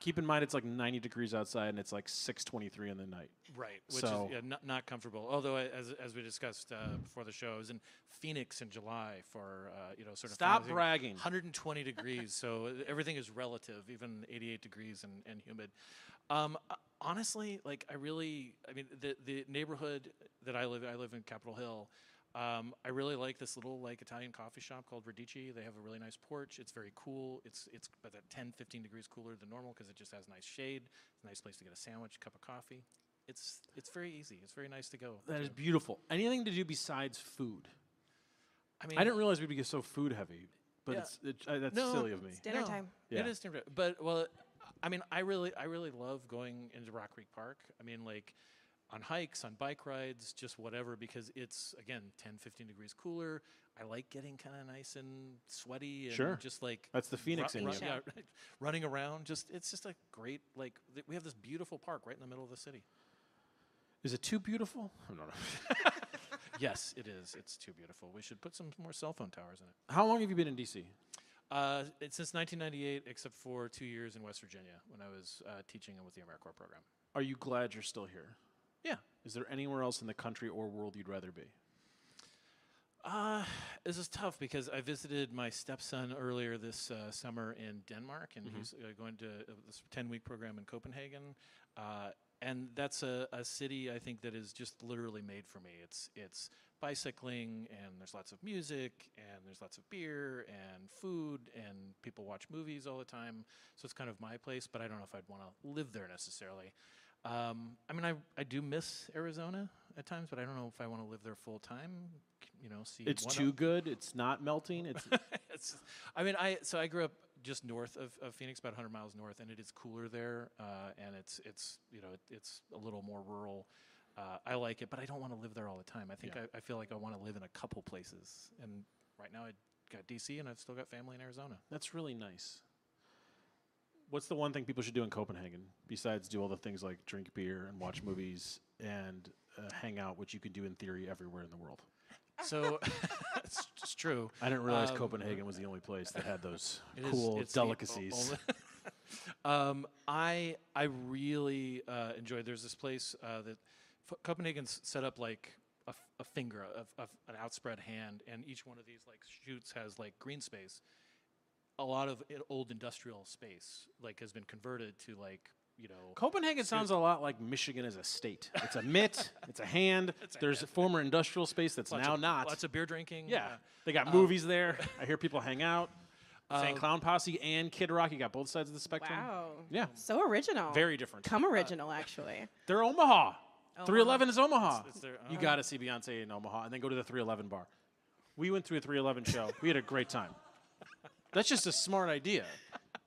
Speaker 1: Keep in mind it's like 90 degrees outside and it's like 6:23 in the night.
Speaker 4: Right, which
Speaker 1: So-
Speaker 4: is yeah, not, not comfortable. Although, I- as, as we discussed uh, before the show, I was in Phoenix in July for uh, you know sort of
Speaker 1: Stop
Speaker 4: fundraising.
Speaker 1: bragging.
Speaker 4: 120 degrees, so everything is relative, even 88 degrees and, and humid. Um, uh, honestly, like I really, I mean, the the neighborhood that I live, in, I live in Capitol Hill. Um, I really like this little like Italian coffee shop called Radici. They have a really nice porch. It's very cool. It's it's about that 10, 15 degrees cooler than normal because it just has nice shade. It's a nice place to get a sandwich, cup of coffee. It's it's very easy. It's very nice to go.
Speaker 1: That is
Speaker 4: to.
Speaker 1: beautiful. Anything to do besides food.
Speaker 4: I mean,
Speaker 1: I didn't realize we'd be so food heavy, but
Speaker 4: Yeah.
Speaker 1: it's it, uh, that's
Speaker 4: No.
Speaker 1: silly of me.
Speaker 3: Dinner time.
Speaker 1: Yeah.
Speaker 4: It is dinner time. But well, I mean, I really, I really love going into Rock Creek Park. I mean, like on hikes, on bike rides, just whatever, because it's again 10, 15 degrees cooler. I like getting kind of nice and sweaty and
Speaker 1: Sure.
Speaker 4: just like
Speaker 1: That's the Phoenix in you.
Speaker 4: yeah, right. running around. Just it's just a great like th- we have this beautiful park right in the middle of the city.
Speaker 1: Is it too beautiful? No, no.
Speaker 4: yes, it is. It's too beautiful. We should put some more cell phone towers in it.
Speaker 1: How long have you been in DC?
Speaker 4: Uh, it's since 1998, except for two years in West Virginia when I was uh, teaching with the AmeriCorps program.
Speaker 1: Are you glad you're still here?
Speaker 4: Yeah,
Speaker 1: Is there anywhere else in the country or world you'd rather be?
Speaker 4: Uh, this is tough because I visited my stepson earlier this uh, summer in Denmark, and he's uh, going to uh, this 10 week program in Copenhagen. Uh, and that's a, a city I think that is just literally made for me. It's it's bicycling, and there's lots of music, and there's lots of beer and food, and people watch movies all the time. So it's kind of my place, but I don't know if I'd want to live there necessarily. Um, I mean, I, I do miss Arizona at times, but I don't know if I want to live there full time. c- You know, see
Speaker 1: It's
Speaker 4: one
Speaker 1: too good. It's not melting. It's
Speaker 4: it's, I mean, I so I grew up just north of, of Phoenix, about 100 miles north, and it is cooler there, uh, and it's it's you know it, it's a little more rural. Uh, I like it, but I don't want to live there all the time. I think
Speaker 1: Yeah.
Speaker 4: I, I feel like I want to live in a couple places, and right now I got DC, and I've still got family in Arizona.
Speaker 1: That's really nice. What's the one thing people should do in Copenhagen besides do all the things like drink beer and watch movies and uh, hang out, which you could do in theory everywhere in the world?
Speaker 4: So it's, it's true.
Speaker 1: I didn't realize
Speaker 4: Um,
Speaker 1: Copenhagen was the only place that had those
Speaker 4: It is-
Speaker 1: cool
Speaker 4: it's the o-
Speaker 1: delicacies.
Speaker 4: only- um, I I really uh, enjoyed. There's this place uh, that F- Copenhagen's set up like a, f- a finger of, of an outspread hand, and each one of these like shoots has like green space. A lot of i- old industrial space like has been converted to like you know
Speaker 1: Copenhagen sounds a lot like Michigan as a state. It's a mitt, it's a hand. There's a former industrial space that's
Speaker 4: lots
Speaker 1: now
Speaker 4: of,
Speaker 1: not.
Speaker 4: lots of beer drinking.
Speaker 1: yeah, Um,
Speaker 4: uh,
Speaker 1: they got movies there. I hear people hang out. St. Clown Posse and Kid Rock. You got both sides of the spectrum.
Speaker 3: Wow.
Speaker 1: Yeah,
Speaker 3: So original.
Speaker 1: very different.
Speaker 3: Come original, actually.
Speaker 1: They're Oh, Omaha. 311 is Omaha.
Speaker 4: It's- it's their
Speaker 1: you
Speaker 4: own.
Speaker 1: got to see Beyonce in Omaha and then go to the 311 bar. We went to a 311 show. We had a great time. That's just a smart idea.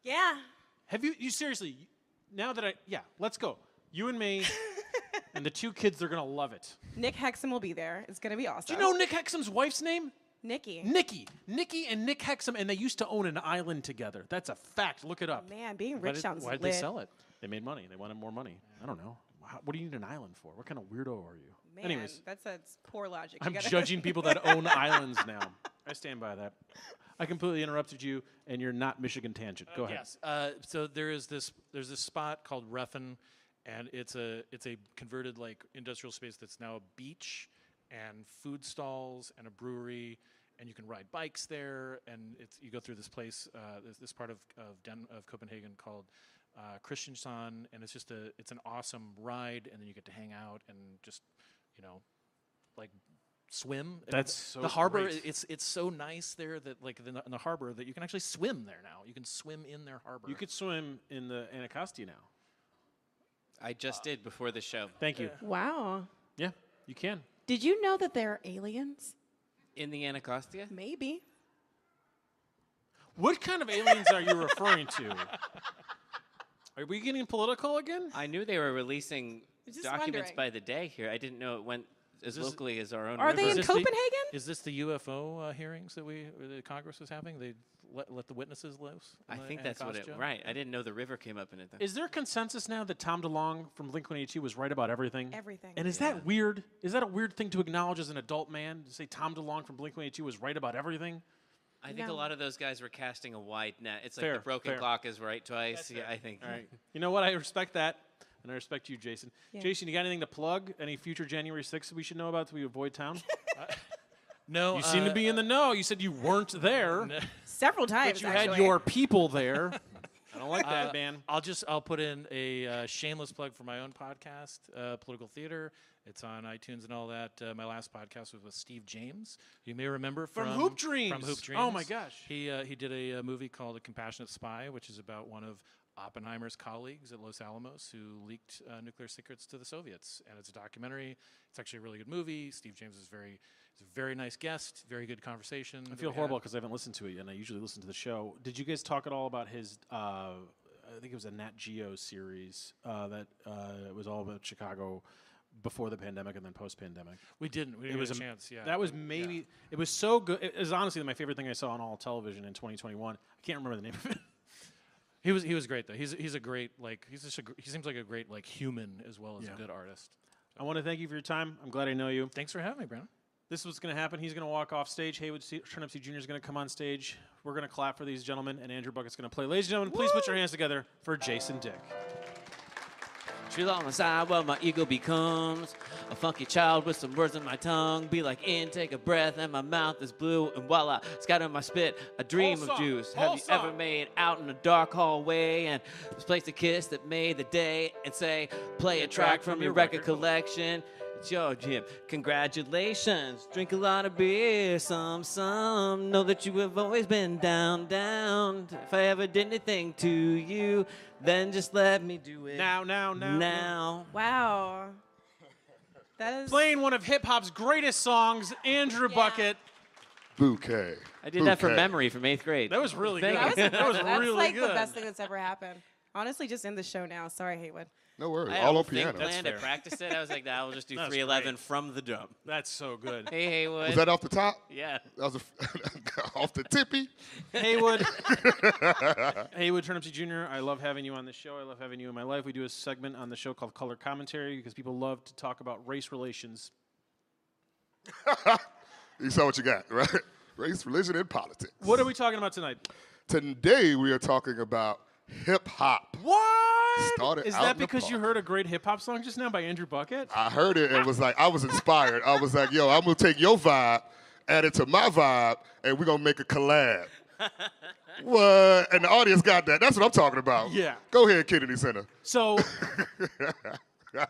Speaker 3: Yeah.
Speaker 1: Have you, you seriously, now that I, yeah, let's go. You and me and the two kids, they're going to love it.
Speaker 3: Nick Hexum will be there. It's gonna be
Speaker 1: Do
Speaker 3: awesome.
Speaker 1: you know Nick Hexum's wife's name?
Speaker 3: Nikki.
Speaker 1: Nikki. Nikki and Nick Hexum, and they used to own an island together. That's a fact. Look it up.
Speaker 3: Man, being
Speaker 4: why
Speaker 3: rich
Speaker 4: did,
Speaker 3: sounds lit.
Speaker 4: why'd they sell it?
Speaker 1: They made money. They wanted more money. I don't know. How- What do you need an island for? What kind of weirdo are you?
Speaker 3: Man,
Speaker 1: Anyways.
Speaker 3: that's a it's poor logic. You
Speaker 1: I'm
Speaker 3: gotta-
Speaker 1: judging people that own islands now. I stand by that. I completely interrupted you, and you're not Michigan tangent. Go ahead.
Speaker 4: Yes. Uh, so there is this there's this spot called Ruffin, and it's a it's a converted like industrial space that's now a beach, and food stalls and a brewery, and you can ride bikes there. And it's you go through this place, uh, this, this part of of, Den- of Copenhagen called. Uh, Christiansen, and it's just a it's an awesome ride, and then you get to hang out and just you know like swim. And
Speaker 1: That's
Speaker 4: the-
Speaker 1: so
Speaker 4: the harbor.
Speaker 1: great.
Speaker 4: i- It's it's so nice there that like in the, in the harbor that you can actually swim there now. You can swim in their harbor.
Speaker 1: You could swim in the Anacostia now.
Speaker 2: I just did before the show.
Speaker 1: Thank you.
Speaker 3: Wow.
Speaker 1: Yeah, you can.
Speaker 3: Did you know that there are aliens?
Speaker 2: In the Anacostia?
Speaker 3: Maybe.
Speaker 1: What kind of aliens are you referring to? Are we getting political again?
Speaker 2: I knew they were releasing
Speaker 3: was just
Speaker 2: documents
Speaker 3: wondering.
Speaker 2: by the day here. I didn't know it went as
Speaker 4: this-
Speaker 2: locally as our own.
Speaker 3: Are they
Speaker 2: river.
Speaker 3: in
Speaker 4: this the-
Speaker 3: Copenhagen?
Speaker 4: Is this the UFO uh, hearings that we or the Congress was having? They let, let the witnesses loose. in
Speaker 2: I
Speaker 4: the
Speaker 2: think that's what it.
Speaker 4: Anacostia?
Speaker 2: Right. I didn't know the river came up in it. Though.
Speaker 1: Is there consensus now that Tom DeLong from Blink 182 was right about everything?
Speaker 3: Everything.
Speaker 1: And is that weird? Is that a weird thing to acknowledge as an adult man to say Tom DeLong from Blink 182 was right about everything?
Speaker 2: I think
Speaker 3: No.
Speaker 2: a lot of those guys were casting a wide net. It's like
Speaker 1: Fair,
Speaker 2: the broken
Speaker 1: fair.
Speaker 2: clock is right twice. Yeah, I think.
Speaker 1: All right. You know what? I respect that. And I respect you, Jason.
Speaker 3: Yeah.
Speaker 1: Jason, you got anything to plug? Any future January 6th we should know about so we avoid town?
Speaker 4: No.
Speaker 1: You seem to
Speaker 4: uh,
Speaker 1: be in the know. You said you weren't there,
Speaker 3: Several times.
Speaker 1: but you
Speaker 3: actually.
Speaker 1: had your people there. Uh, I don't like that, man.
Speaker 4: I'll just I'll put in a uh, shameless plug for my own podcast, uh, Political Theater. It's on iTunes and all that. Uh, my last podcast was with Steve James. You may remember
Speaker 1: From
Speaker 4: from,
Speaker 1: Hoop
Speaker 4: From
Speaker 1: Dreams.
Speaker 4: Hoop Dreams.
Speaker 1: Oh my gosh.
Speaker 4: He uh, he did a, uh movie called A Compassionate Spy, which is about one of Oppenheimer's colleagues at Los Alamos who leaked uh, nuclear secrets to the Soviets, and it's a documentary. It's actually a really good movie. Steve James is very, he's a very nice guest. Very good conversation.
Speaker 1: I feel horrible because I haven't listened to it, yet, and I usually listen to the show. Did you guys talk at all about his? Uh, I think it was a Nat Geo series uh, that uh, was all about Chicago before the pandemic and then post pandemic.
Speaker 4: We didn't. We didn't
Speaker 1: was
Speaker 4: get a
Speaker 1: am-
Speaker 4: chance. Yeah.
Speaker 1: That was maybe it was so good. It is honestly my favorite thing I saw on all television in 2021. I can't remember the name of it.
Speaker 4: He was he was great though. He's he's a great like he's just a gr- he seems like a great like human as well as
Speaker 1: Yeah.
Speaker 4: a good artist.
Speaker 1: I want to thank you for your time. I'm glad I know you.
Speaker 4: Thanks for having me, Brandon.
Speaker 1: This is what's going to happen. He's going to walk off stage. Haywood C- Turnipseed Jr. is going to come on stage. We're going to clap for these gentlemen, and Andrew Bucket's going to play. Ladies and gentlemen, please put your hands together for Jason Dick.
Speaker 2: Tree on my side, what my ego becomes. A funky child with some words on my tongue. Be like in, take a breath, and my mouth is blue. And while I scatter my spit, I dream
Speaker 1: Whole
Speaker 2: of
Speaker 1: song,
Speaker 2: juice.
Speaker 1: whole
Speaker 2: Have you ever
Speaker 1: song.
Speaker 2: made out in a dark hallway and this place a kiss that made the day and say, play a track from your record collection? It's your jib. Congratulations. Drink a lot of beer, some, some. Know that you have always been down, down. If I ever did anything to you, then just let me do it
Speaker 1: Now, now, now,
Speaker 2: now.
Speaker 3: wow. That is
Speaker 1: Playing one of hip hop's greatest songs, Andrew
Speaker 3: Yeah.
Speaker 1: Bucket.
Speaker 5: Bouquet.
Speaker 2: I did that from
Speaker 5: Bouquet.
Speaker 2: memory from eighth grade.
Speaker 4: That was really good.
Speaker 2: Thank
Speaker 3: That was, the
Speaker 4: that was
Speaker 3: best- that's
Speaker 4: really
Speaker 3: like
Speaker 4: good.
Speaker 3: the best thing that's ever happened. Honestly, just end the show now. Sorry, Haywood.
Speaker 5: No worries.
Speaker 2: I had a
Speaker 5: All
Speaker 2: whole
Speaker 5: on
Speaker 2: thing
Speaker 5: piano.
Speaker 2: planned. I
Speaker 4: fair.
Speaker 2: practiced it. I was like, nah, I'll just do
Speaker 4: That's
Speaker 2: 311
Speaker 4: great.
Speaker 2: from the drum.
Speaker 4: That's so good.
Speaker 2: Hey, Haywood.
Speaker 5: Was that off the top?
Speaker 2: yeah.
Speaker 5: That was a off the tippy.
Speaker 1: Haywood. Haywood Turnipseed Jr., I love having you on the show. I love having you in my life. We do a segment on the show called Color Commentary because people love to talk about race relations.
Speaker 5: You saw what you got, right? Race, religion, and politics.
Speaker 1: What are we talking about tonight?
Speaker 5: Today we are talking about hip hop.
Speaker 1: What?
Speaker 5: Started
Speaker 1: Is
Speaker 5: out
Speaker 1: that
Speaker 5: in the
Speaker 1: because you
Speaker 5: park.
Speaker 1: heard a great hip hop song just now by Andrew Bucket?
Speaker 5: I heard it and was like, I was inspired. I was like, yo, I'm gonna take your vibe, add it to my vibe, and we're gonna make a collab. what? And the audience got that. That's what I'm talking about.
Speaker 1: Yeah.
Speaker 5: Go ahead, Kennedy Center.
Speaker 1: So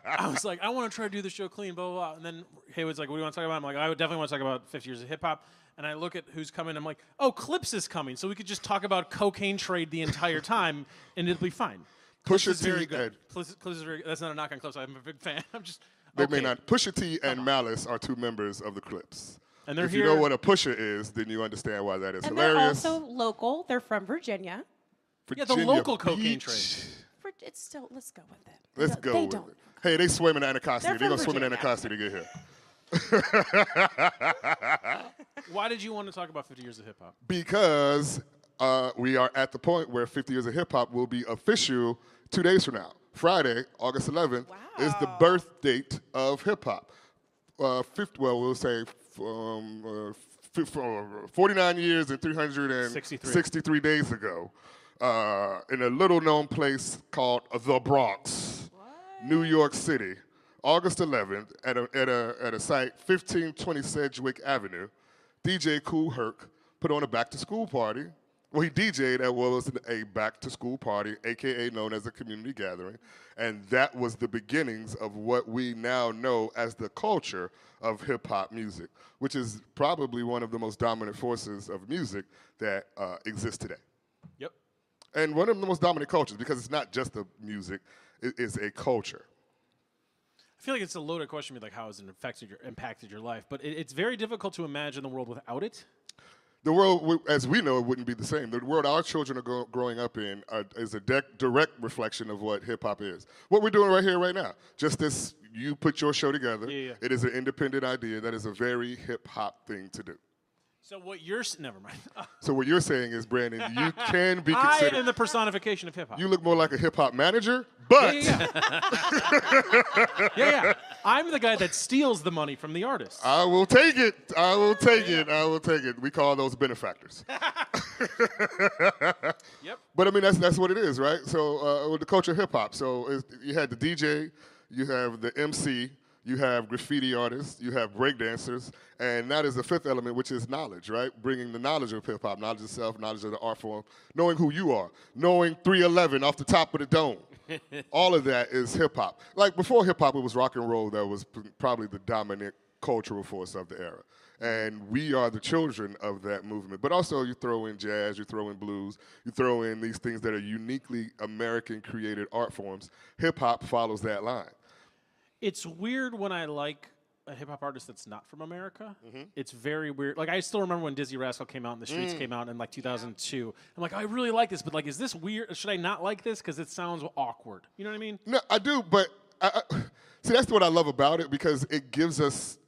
Speaker 1: I was like, I want to try to do the show clean, blah, blah, blah. And then Haywood's like, what do you want to talk about? I'm like, I would definitely want to talk about 50 years of hip hop. And I look at who's coming. I'm like, oh, Clips is coming. So we could just talk about cocaine trade the entire time and it'll be fine. Clips
Speaker 5: Pusha
Speaker 1: is very
Speaker 5: T
Speaker 1: good.
Speaker 5: and-
Speaker 1: Clips, Clips is very That's not a knock on Clips. I'm a big fan. I'm just.
Speaker 5: They
Speaker 1: okay. Uh-huh.
Speaker 5: may not. Pusha T and Malice are two members of the Clips.
Speaker 1: And they're
Speaker 5: if you know
Speaker 1: here-
Speaker 5: what a pusher is, then you understand why that is
Speaker 3: And
Speaker 5: hilarious.
Speaker 3: they're also local. They're from Virginia.
Speaker 1: Yeah, the
Speaker 5: Virginia
Speaker 1: local cocaine
Speaker 5: Beach.
Speaker 1: trade.
Speaker 3: For, it's still. Let's go with it.
Speaker 5: Let's
Speaker 3: They
Speaker 5: go.
Speaker 3: They
Speaker 5: with
Speaker 3: don't.
Speaker 5: it. Hey, they swim in Anacostia.
Speaker 3: They're
Speaker 5: They're, gonna
Speaker 3: from
Speaker 5: swim in
Speaker 3: Virginia.
Speaker 5: Anacostia to get here.
Speaker 1: Why did you want to talk about 50 years of hip hop?
Speaker 5: because uh, we are at the point where 50 years of hip hop will be official two days from now. Friday, August 11th, is the birth date of hip hop. Uh, fifth, well, we'll say um, uh, fif- uh, 49 years and 363 days ago uh, in a little known place called the Bronx, New York City, August 11th, at a, at, a, at a site 1520 Sedgwick Avenue. DJ Cool Herc put on a back to school party. Well, he DJ'd at what was a back to school party, aka known as a community gathering. And that was the beginnings of what we now know as the culture of hip hop music, which is probably one of the most dominant forces of music that uh, exists today.
Speaker 1: Yep.
Speaker 5: And one of the most dominant cultures, because it's not just the music, it is a culture.
Speaker 1: I feel like it's a loaded question, to be like how has it affected your impacted your life? But it, it's very difficult to imagine the world without it.
Speaker 5: the world w- as we know it wouldn't be the same the world our children are grow growing up in are, is a dec direct reflection of what hip-hop is what we're doing right here right now just this you put your show together
Speaker 1: Yeah, yeah.
Speaker 5: it is an independent idea that is a very hip-hop thing to do
Speaker 1: So what you're s- never mind.
Speaker 5: so what you're saying is brandon you can be
Speaker 1: I
Speaker 5: considered
Speaker 1: am the personification of hip hop.
Speaker 5: you look more like a hip-hop manager but
Speaker 1: yeah, yeah. yeah, yeah. I'm the guy that steals the money from the artist.
Speaker 5: i will take it i will take it i will take it we call those benefactors
Speaker 1: yep.
Speaker 5: But I mean, that's that's what it is, right? So uh, with the culture of hip hop. So it's, you had the DJ, you have the MC, you have graffiti artists, you have breakdancers, and that is the fifth element, which is knowledge, right? Bringing the knowledge of hip hop, knowledge of self, knowledge of the art form, knowing who you are, knowing 311 off the top of the dome. All of that is hip hop. Like before hip hop, it was rock and roll that was p- probably the dominant cultural force of the era. And we are the children of that movement. But also, you throw in jazz, you throw in blues, you throw in these things that are uniquely American created art forms. Hip hop follows that line.
Speaker 1: It's weird when I like a hip hop artist that's not from America. It's very weird. Like I still remember when Dizzy Rascal came out and the Streets came out in like 2002. I'm like, I really like this, but like, is this weird? Should I not like this because it sounds awkward? You know what I mean?
Speaker 5: No, I do, but I, I, see, that's what I love about it because it gives us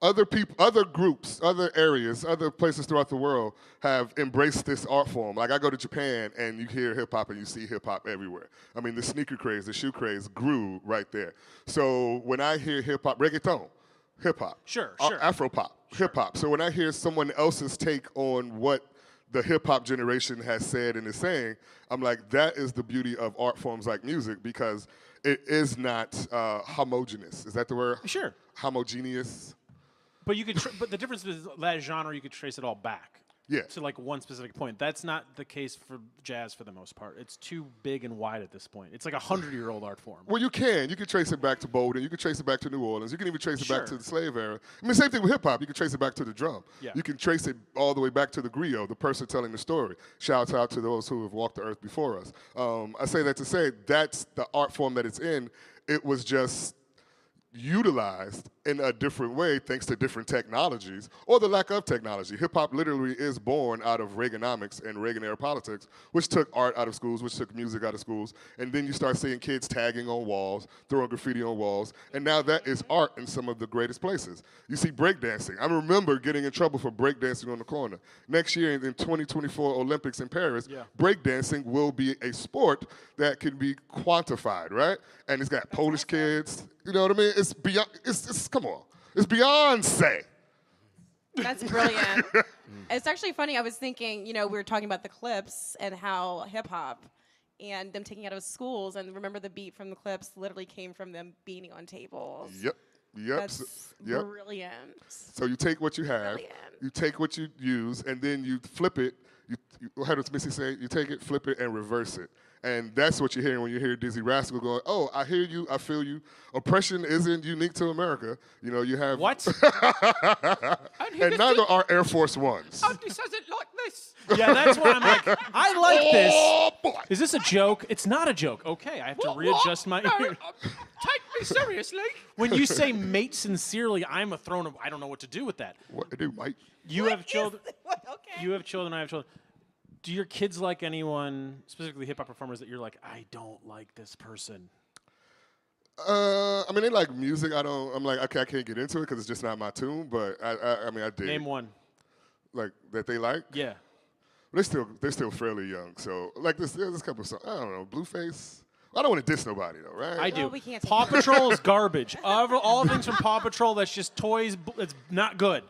Speaker 5: other people, other groups, other areas, other places throughout the world have embraced this art form. Like I go to Japan and you hear hip hop and you see hip hop everywhere. I mean, the sneaker craze, the shoe craze grew right there. So when I hear hip hop, reggaeton, hip hop,
Speaker 1: Sure,
Speaker 5: a-
Speaker 1: sure.
Speaker 5: Afro pop, hip hop. So when I hear someone else's take on what the hip hop generation has said and is saying, I'm like, that is the beauty of art forms like music because it is not uh, homogenous. Is that the word?
Speaker 1: Sure.
Speaker 5: Homogeneous.
Speaker 1: But you could, tr but the difference with that genre, you could trace it all back.
Speaker 5: Yeah.
Speaker 1: To like one specific point. That's not the case for jazz for the most part. It's too big and wide at this point. It's like a hundred year old art form.
Speaker 5: Well, you can. You can trace it back to Bolden. You can trace it back to New Orleans. You can even trace it back to
Speaker 1: Sure.
Speaker 5: the slave era. I mean, same thing with hip hop. You can trace it back to the drum.
Speaker 1: Yeah.
Speaker 5: You can trace it all the way back to the griot, the person telling the story. Shouts out to those who have walked the earth before us. Um, I say that to say that's the art form that it's in. It was just utilized in a different way thanks to different technologies or the lack of technology. Hip hop literally is born out of Reaganomics and Reagan era politics, which took art out of schools, which took music out of schools, and then you start seeing kids tagging on walls, throwing graffiti on walls, and now that is art in some of the greatest places. You see breakdancing. I remember getting in trouble for breakdancing on the corner. Next year in the 2024 Olympics in Paris, breakdancing will be a sport that can be quantified, right? And it's got Polish kids, you know what I mean? It's beyond. It's, it's come on. It's Beyonce.
Speaker 3: That's brilliant. it's actually funny. I was thinking, you know, we were talking about the clips and how hip hop and them taking it out of schools. And remember, the beat from the clips literally came from them beating on tables.
Speaker 5: Yep. Yep. so,
Speaker 3: That's
Speaker 5: yep.
Speaker 3: brilliant.
Speaker 5: So you take what you have,
Speaker 3: Brilliant.
Speaker 5: you take what you use, and then you flip it. You, you, how does Missy say? You take it, flip it, and reverse it. And that's what you're hearing when you hear Dizzy Rascal going, "Oh, I hear you, I feel you. Oppression isn't unique to America. You know, you have
Speaker 1: What?
Speaker 5: and neither are Air Force Ones.
Speaker 6: He says it like this.
Speaker 1: yeah, that's why I'm like, I like this.
Speaker 5: Oh boy!
Speaker 1: Is this a joke? It's not a joke. Okay, I have to
Speaker 6: What,
Speaker 1: readjust my.
Speaker 6: what? No, um, take me seriously.
Speaker 1: when you say mate sincerely, I'm a thrown. I don't know what to do with that.
Speaker 5: What to do, Mike?
Speaker 1: You have children.
Speaker 3: okay.
Speaker 1: You have children. I have children. Do your kids like anyone, specifically hip hop performers, that you're like, I don't like this person?
Speaker 5: Uh, I mean, they like music. I don't. I'm like, okay, I can't get into it because it's just not my tune. But I, I, I mean, I did
Speaker 1: Name one.
Speaker 5: like that they like.
Speaker 1: Yeah.
Speaker 5: They're still they're still fairly young. So like this, there's a couple of songs. I don't know, Blueface. I don't want to diss nobody though, right?
Speaker 1: I do.
Speaker 3: we can't
Speaker 1: Paw
Speaker 3: take that.
Speaker 1: Patrol is garbage. All, all things from Paw Patrol, that's just toys. bl- It's not good.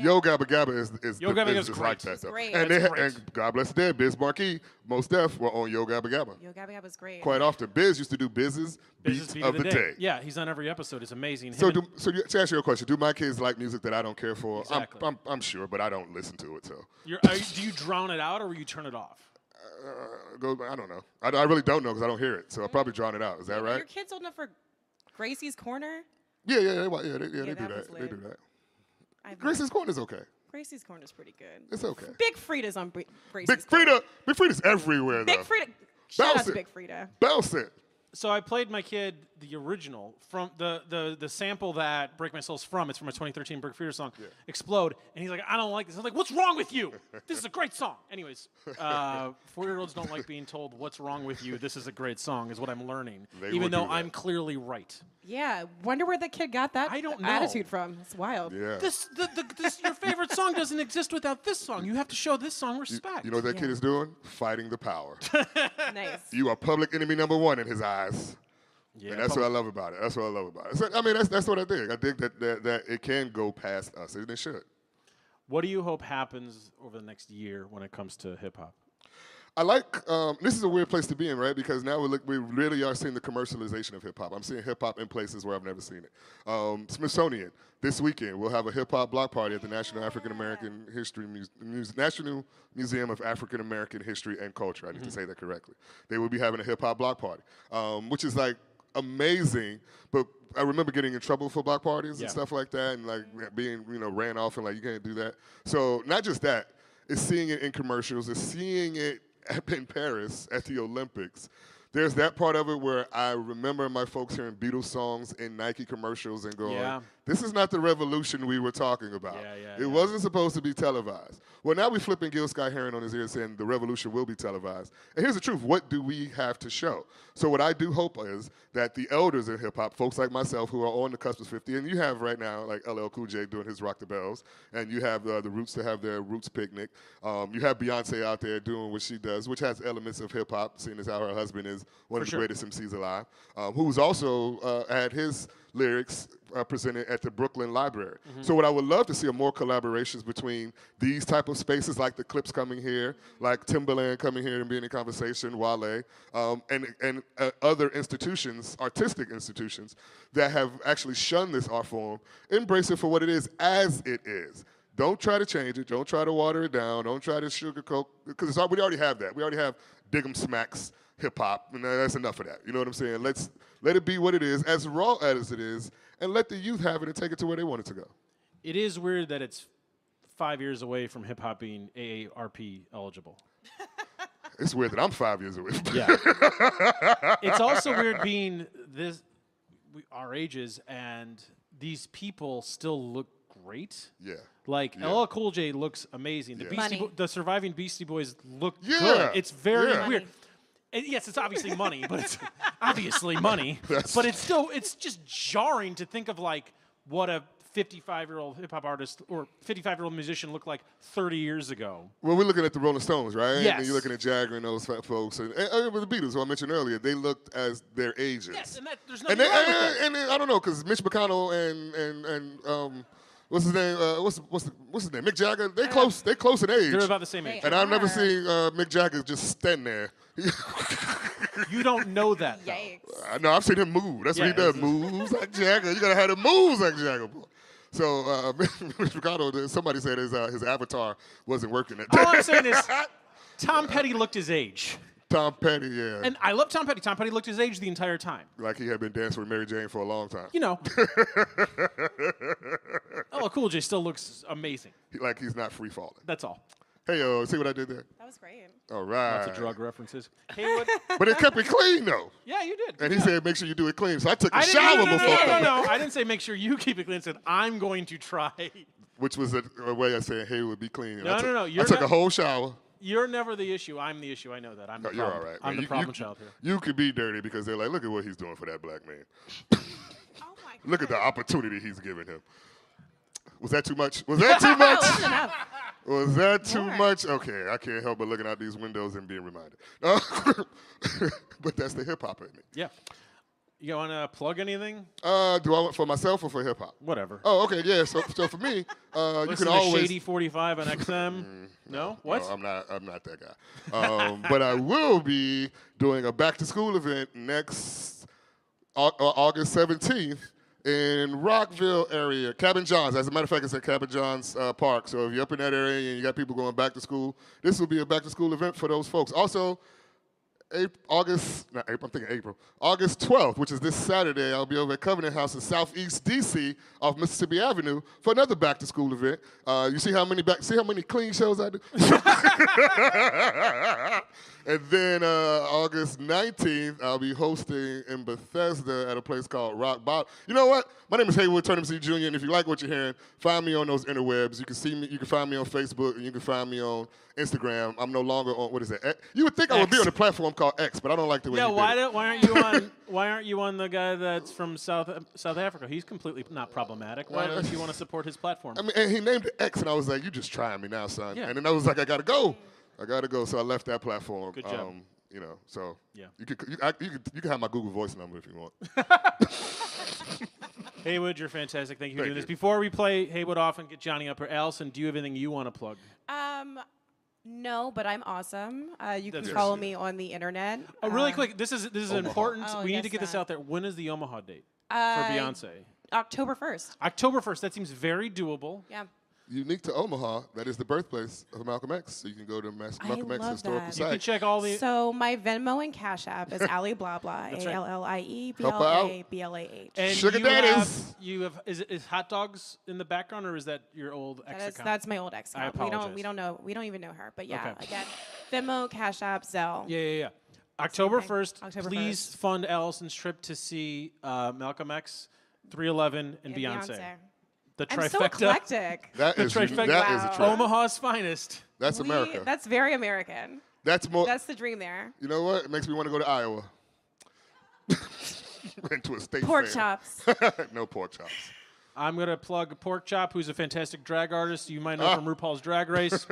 Speaker 5: Yo Gabba Gabba is is,
Speaker 1: Yo
Speaker 5: the-
Speaker 1: Gabba
Speaker 5: is
Speaker 1: Gabba's
Speaker 5: just
Speaker 1: great.
Speaker 5: like that though.
Speaker 3: great.
Speaker 5: And, they,
Speaker 1: That's
Speaker 5: ha-
Speaker 1: great.
Speaker 5: and God bless the dead, Biz Marquis, most deaf were on Yo Gabba Gabba.
Speaker 3: Yo Gabba Gabba's great.
Speaker 5: Quite often, Biz used to do Biz's
Speaker 1: Business
Speaker 5: beats
Speaker 1: beat
Speaker 5: of the day.
Speaker 1: Yeah, he's on every episode. It's amazing.
Speaker 5: So
Speaker 1: Him
Speaker 5: do
Speaker 1: and-
Speaker 5: so you, to answer your question, do my kids like music that I don't care for?
Speaker 1: Exactly.
Speaker 5: I'm, I'm I'm sure, but I don't listen to it. So
Speaker 1: you're, are you, do you drown it out or you turn it off?
Speaker 5: uh, go. I don't know. I, I really don't know because I don't hear it. So I probably drown it out. Is that
Speaker 3: Are
Speaker 5: right?
Speaker 3: your kids old enough for Gracie's Corner?
Speaker 5: Yeah, yeah, yeah, they wa- yeah, they, yeah, they do
Speaker 3: Yeah, that was
Speaker 5: that. They do
Speaker 3: weird.
Speaker 5: that.
Speaker 3: I love-
Speaker 5: Grace's Corner is okay.
Speaker 3: Gracie's Corner is pretty good.
Speaker 5: It's okay.
Speaker 3: Big Frida's on Br- Gracie's
Speaker 5: Big
Speaker 3: Corner.
Speaker 5: Frida, Big Frida's everywhere though.
Speaker 3: Big Frida. Shout out
Speaker 5: Bounce
Speaker 3: to
Speaker 5: it.
Speaker 3: Big Frida.
Speaker 5: Bounce it.
Speaker 1: So I played my kid the original from the the the sample that Break My Soul's from. It's from a 2013 Brick Feeder song, Explode, and he's like, I don't like this. I'm like, What's wrong with you? This is a great song. Anyways, uh, four-year-olds don't like being told what's wrong with you. This is a great song, is what I'm learning,
Speaker 5: They will
Speaker 1: even though
Speaker 5: do that.
Speaker 1: I'm clearly right.
Speaker 3: Yeah, wonder where that kid got that
Speaker 1: I don't
Speaker 3: attitude
Speaker 1: know.
Speaker 3: from. It's wild.
Speaker 5: Yeah.
Speaker 1: This the, the this your favorite song doesn't exist without this song. You have to show this song
Speaker 5: You-
Speaker 1: respect.
Speaker 5: You know what that kid is doing? Fighting the power.
Speaker 3: Nice.
Speaker 5: you are public enemy number one in his eyes.
Speaker 1: yeah,
Speaker 5: and that's
Speaker 1: probably-
Speaker 5: what I love about it. That's what I love about it. So, I mean, that's that's what I think. I think that, that that it can go past us, and it should.
Speaker 1: What do you hope happens over the next year when it comes to hip hop?
Speaker 5: I like um, this is a weird place to be in, right? Because now we look, we really are seeing the commercialization of hip hop. I'm seeing hip hop in places where I've never seen it. Um, Smithsonian this weekend we'll have a hip hop block party at the National African American History Muse- Muse- National Museum of African American History and Culture. I need to say that correctly. They will be having a hip hop block party, um, which is like amazing. But I remember getting in trouble for block parties
Speaker 1: Yeah.
Speaker 5: and stuff like that, and like being you know ran off and like you can't do that. So not just that, it's seeing it in commercials, it's seeing it up in Paris at the Olympics. There's that part of it where I remember my folks hearing Beatles songs in Nike commercials and going,
Speaker 1: Yeah.
Speaker 5: "This is not the revolution we were talking about.
Speaker 1: Yeah, yeah,
Speaker 5: it
Speaker 1: yeah.
Speaker 5: wasn't supposed to be televised." Well, now we flipping Gil Scott Heron on his ear, saying the revolution will be televised. And here's the truth: What do we have to show? So, what I do hope is that the elders in hip hop, folks like myself who are on the cusp of 50, and you have right now like LL Cool J doing his Rock the Bells, and you have uh, the Roots to have their Roots picnic. Um, you have Beyonce out there doing what she does, which has elements of hip hop, seeing as how her husband is one of the
Speaker 1: sure.
Speaker 5: greatest MCs alive, um, who's also uh, had his lyrics uh, presented at the Brooklyn Library.
Speaker 1: Mm-hmm.
Speaker 5: So what I would love to see are more collaborations between these type of spaces, like the Clips coming here, like Timbaland coming here and being in conversation, Wale, um, and and uh, other institutions, artistic institutions, that have actually shunned this art form, embrace it for what it is, as it is. Don't try to change it. Don't try to water it down. Don't try to sugarcoat because we already have that. We already have Dig'em Smacks hip hop, and that's enough of that. You know what I'm saying? Let's let it be what it is, as raw as it is, and let the youth have it and take it to where they want it to go.
Speaker 1: It is weird that it's five years away from hip hop being AARP eligible.
Speaker 5: It's weird that I'm five years away.
Speaker 1: Yeah. it's also weird being this we, our ages and these people still look great.
Speaker 5: Yeah.
Speaker 1: Like
Speaker 5: Yeah.
Speaker 1: LL Cool J looks amazing. The
Speaker 5: Yeah.
Speaker 1: Beastie,
Speaker 3: Money.
Speaker 1: Bo- the surviving Beastie Boys look
Speaker 5: Yeah.
Speaker 1: good. It's very
Speaker 5: Yeah.
Speaker 1: weird.
Speaker 3: Money.
Speaker 1: And yes, it's obviously money, but it's obviously money. but it's still it's just jarring to think of like what a 55 year old hip hop artist or 55 year old musician looked like 30 years ago.
Speaker 5: Well, we're looking at the Rolling Stones, right? And
Speaker 1: Yes.
Speaker 5: you're looking at Jagger and those fat folks. And, and, and with the Beatles, who I mentioned earlier, they looked as their ages.
Speaker 1: Yes, and that, there's
Speaker 5: And,
Speaker 1: nothing
Speaker 5: they,
Speaker 1: wrong with that.
Speaker 5: and, and then- I don't know, because Mitch McConnell and and and um, what's his name? Uh, what's what's what's his name? Mick Jagger. They close. They close in age.
Speaker 1: Uh, They're about the same age.
Speaker 5: and I've never
Speaker 3: are.
Speaker 5: seen uh, Mick Jagger just stand there.
Speaker 1: You don't know that. though.
Speaker 3: Yikes.
Speaker 5: I know I've seen him move. That's
Speaker 1: Yeah,
Speaker 5: what he does.
Speaker 1: it's-
Speaker 5: Moves like Jagger. You gotta have the moves like Jagger. Boy. So uh, Mitch McConnell. Somebody said his uh, his avatar wasn't working that day.
Speaker 1: All I'm saying is Tom Petty looked his age.
Speaker 5: Tom Petty. Yeah.
Speaker 1: And I love Tom Petty. Tom Petty looked his age the entire time.
Speaker 5: like he had been dancing with Mary Jane for a long time.
Speaker 1: You know. oh, Cool J still looks amazing.
Speaker 5: Like he's not free falling.
Speaker 1: That's all.
Speaker 5: Hey yo, see what I did there?
Speaker 3: That was great.
Speaker 5: All right.
Speaker 1: Lots of drug references. Haywood.
Speaker 5: But it kept it clean though.
Speaker 1: yeah, you did.
Speaker 5: And he said, make sure you do it clean. So I took a
Speaker 1: I didn't,
Speaker 5: shower
Speaker 1: no, no, no,
Speaker 5: before
Speaker 1: no, no,
Speaker 5: coming,
Speaker 1: no, I didn't say make sure you keep it clean. I said I'm going to try.
Speaker 5: which was a, a way of saying, hey, it would be clean. And
Speaker 1: No,
Speaker 5: I
Speaker 1: no,
Speaker 5: took,
Speaker 1: no,
Speaker 5: I
Speaker 1: you're
Speaker 5: took a
Speaker 1: not-
Speaker 5: whole shower.
Speaker 1: You're never the issue. I'm the issue. I know that. I'm
Speaker 5: No,
Speaker 1: the
Speaker 5: you're all
Speaker 1: problem.
Speaker 5: right. man.
Speaker 1: I'm
Speaker 5: You-
Speaker 1: the
Speaker 5: you
Speaker 1: problem
Speaker 5: c-
Speaker 1: child here.
Speaker 5: You could be dirty because they're like, look at what he's doing for that black man.
Speaker 3: Oh my god.
Speaker 5: Look at the opportunity he's giving him. Was that too much? Was that too much? Was that too
Speaker 3: More.
Speaker 5: much? Okay, I can't help but looking out these windows and being reminded. but that's the hip hop in me.
Speaker 1: Yeah. You want to plug anything?
Speaker 5: Uh, do I want for myself or for hip hop?
Speaker 1: Whatever.
Speaker 5: Oh, okay, yeah. So, so for me, uh, you
Speaker 1: Listen
Speaker 5: can
Speaker 1: to
Speaker 5: always.
Speaker 1: Shady 45 on XM. no? What?
Speaker 5: No, I'm not. I'm not that guy. Um, but I will be doing a back to school event next Au- uh, August 17th in Rockville area, Cabin Johns. As a matter of fact, it's at Cabin Johns uh, Park. So if you're up in that area and you got people going back to school, this will be a back to school event for those folks. Also. April, August, not April, I'm thinking April, August 12th, which is this Saturday, I'll be over at Covenant House in Southeast DC off Mississippi Avenue for another back to school event. Uh, you see how many back, see how many clean shows I do? and then uh, August 19th, I'll be hosting in Bethesda at a place called Rock Bottom. You know what? My name is Haywood Turnham C. Jr., and if you like what you're hearing, find me on those interwebs. You can see me, you can find me on Facebook, and you can find me on Instagram. I'm no longer on, what is it? X? You would think I would be
Speaker 1: X.
Speaker 5: on a platform called X, but I don't like the way
Speaker 1: Yeah,
Speaker 5: you
Speaker 1: why
Speaker 5: did it.
Speaker 1: do, why aren't you on why aren't you on the guy that's from South South Africa? He's completely not problematic. Why don't you want to support his platform?
Speaker 5: I mean, and he named it X, and I was like, "You just trying me now, son."
Speaker 1: Yeah.
Speaker 5: And then I was like, "I gotta go, I gotta go." So I left that platform. um,
Speaker 1: Good job.
Speaker 5: you know, so
Speaker 1: Yeah.
Speaker 5: you could you, I, you could you can have my Google Voice number if you want.
Speaker 1: Haywood, you're fantastic. Thank you for
Speaker 5: Thank
Speaker 1: doing this.
Speaker 5: you.
Speaker 1: Before we play Haywood off and get Johnny up here, Allison, do you have anything you want to plug?
Speaker 3: Um, no, but I'm awesome. Uh, you
Speaker 1: That's
Speaker 3: can
Speaker 1: right.
Speaker 3: follow me on the internet.
Speaker 1: Oh, really
Speaker 3: Uh,
Speaker 1: quick. This is this is important.
Speaker 3: Oh,
Speaker 1: we need
Speaker 3: yes,
Speaker 1: to get this
Speaker 3: uh,
Speaker 1: out there. When is the Omaha date
Speaker 3: uh,
Speaker 1: for Beyonce?
Speaker 3: October 1st.
Speaker 1: October first. That seems very doable.
Speaker 3: Yeah.
Speaker 5: Unique to Omaha, that is the birthplace of Malcolm X. So you can go to Mas-
Speaker 3: I
Speaker 5: Malcolm X
Speaker 3: love
Speaker 5: historical
Speaker 3: that.
Speaker 5: site.
Speaker 3: You
Speaker 1: You can check all the.
Speaker 3: So my Venmo and Cash App is Ali Blabla,
Speaker 1: That's
Speaker 3: A
Speaker 1: right.
Speaker 3: L L I E B
Speaker 5: Help
Speaker 3: L
Speaker 5: her
Speaker 3: A
Speaker 5: out.
Speaker 3: B L A H.
Speaker 1: and
Speaker 5: Sugar
Speaker 1: you
Speaker 5: daddies.
Speaker 1: Have, you have is, it- is hot dogs in the background or is that your old ex
Speaker 3: That's,
Speaker 1: account?
Speaker 3: that's my old ex.
Speaker 1: I
Speaker 3: account. We don't
Speaker 1: apologize.
Speaker 3: we don't know we don't even know her. But yeah,
Speaker 1: Okay.
Speaker 3: again, Venmo, Cash App, Zelle.
Speaker 1: Yeah, yeah, yeah. October
Speaker 3: thing.
Speaker 1: first.
Speaker 3: October
Speaker 1: Please
Speaker 3: 1st.
Speaker 1: fund Allison's trip to see uh, Malcolm X, 311, and,
Speaker 3: and
Speaker 1: Beyonce. The trifecta.
Speaker 3: I'm so eclectic.
Speaker 5: That
Speaker 1: The
Speaker 5: is that is
Speaker 1: trifecta.
Speaker 5: a
Speaker 3: Wow.
Speaker 5: trip.
Speaker 1: Omaha's finest.
Speaker 5: That's
Speaker 3: We-
Speaker 5: America. That's,
Speaker 3: That's very American.
Speaker 5: more.
Speaker 3: That's the dream there.
Speaker 5: you know what? It makes me want to go to Iowa. Into a state
Speaker 3: Pork
Speaker 5: fair.
Speaker 3: chops.
Speaker 5: no pork chops.
Speaker 1: I'm gonna plug Pork Chop, who's a fantastic drag artist. You
Speaker 5: Ah.
Speaker 1: might know from RuPaul's Drag Race.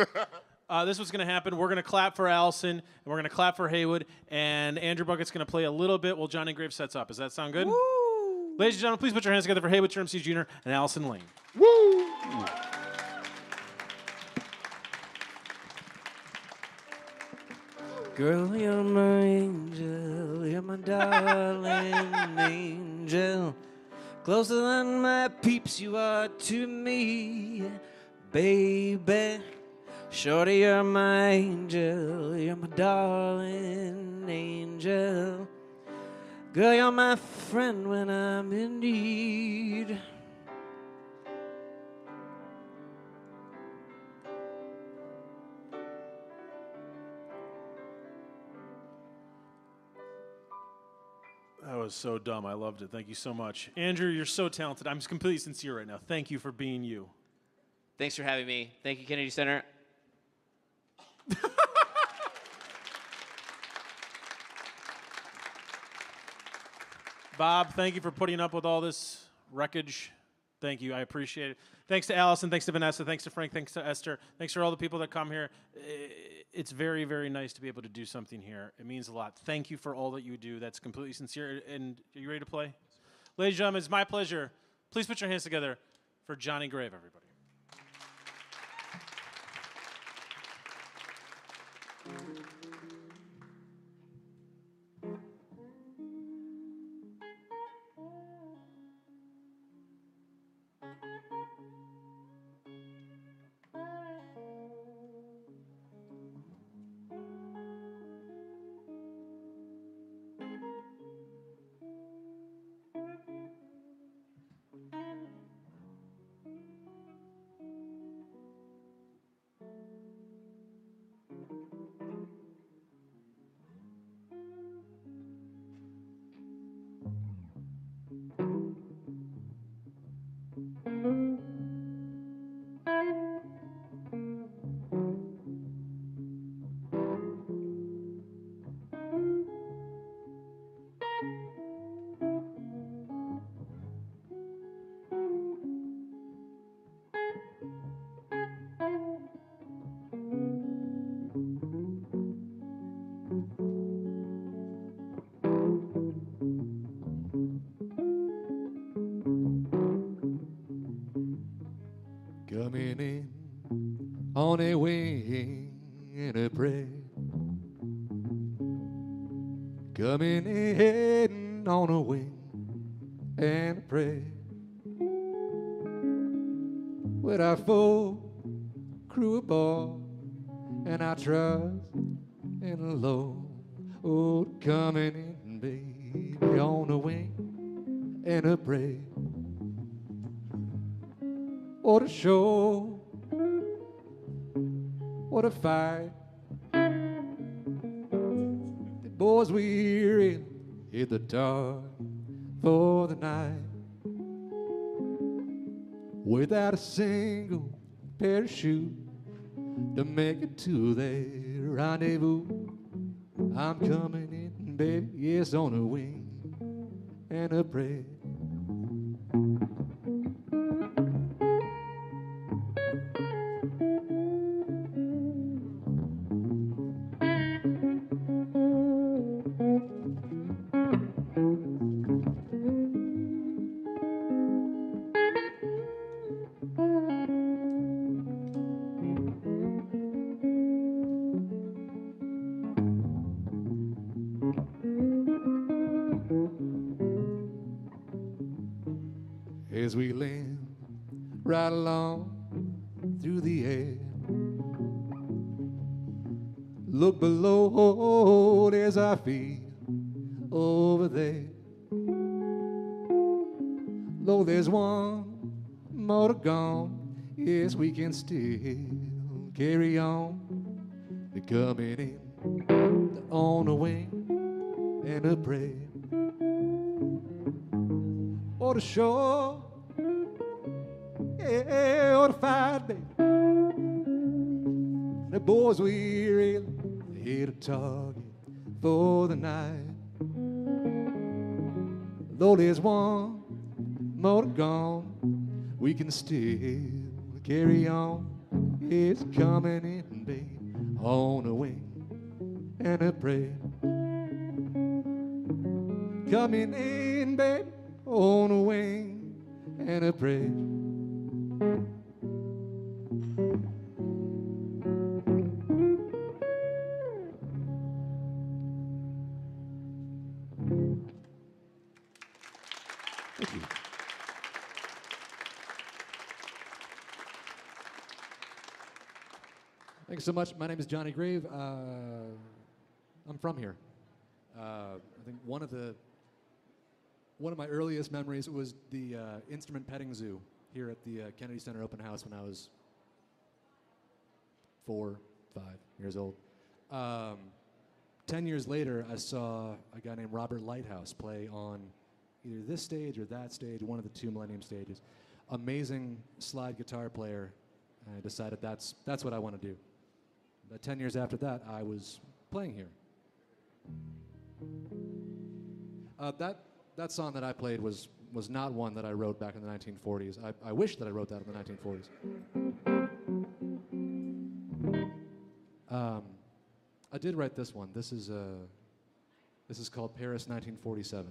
Speaker 1: Uh, this was going to happen. We're going to clap for Allison, and we're going to clap for Haywood, and Andrew Bucket's going to play a little bit while Johnny Graves sets up. Does that sound good?
Speaker 3: Woo.
Speaker 1: Ladies and gentlemen, please put your hands together for Haywood Termsey Jr. and Allison Lane.
Speaker 5: Woo!
Speaker 2: Girl, you're my angel, you're my darling angel. Closer than my peeps, you are to me, baby. Shorty, you're my angel, you're my darling angel. Girl, you're my friend when I'm in need.
Speaker 1: That was so dumb. I loved it. Thank you so much. Andrew, you're so talented. I'm completely sincere right now. Thank you for being you.
Speaker 2: Thanks for having me. Thank you, Kennedy Center.
Speaker 1: Bob, thank you for putting up with all this wreckage. Thank you. I appreciate it. Thanks to Allison. Thanks to Vanessa. Thanks to Frank. Thanks to Esther. Thanks for all the people that come here. I- It's very, very nice to be able to do something here. It means a lot. Thank you for all that you do. That's completely sincere. And are you ready to play? Ladies and gentlemen, it's my pleasure. Please put your hands together for Johnny Grave, everybody.
Speaker 7: Coming in on a wing and a prayer. Coming in on a wing and a prayer. With our full crew aboard and our trust in the Lord. Oh, coming in, baby, on a wing and a prayer what a show, what a fight. The boys we're in, in the dark for the night. Without a single parachute to make it to their rendezvous. I'm coming in, baby, yes, on a wing and a prayer. as we land right along through the air. Look below, there's our feet over there. Though there's one more to go, yes, we can still carry on. They're coming in on a wing and a prayer or the shore. Yeah, eh, or the fight, baby. The boys we really hit a target for the night. Though there's one more to gone, we can still carry on. It's coming in, baby, on a wing and a prayer coming in, babe, on a wing and a prayer. Thanks so much. My name is Johnny Grave. Uh, I'm from here. Uh, I think one of the one of my earliest memories was the uh, instrument petting zoo here at the uh, Kennedy Center open house when I was four, five years old. Um,
Speaker 8: ten years later, I saw a guy named Robert Lighthouse play on either this stage or that stage, one of the two Millennium stages. Amazing slide guitar player. And I decided that's that's what I want to do. But ten years after that, I was playing here. Uh, that that song that I played was was not one that I wrote back in the 1940s. I, I wish that I wrote that in the 1940s. Um, I did write this one. This is uh, this is called Paris 1947.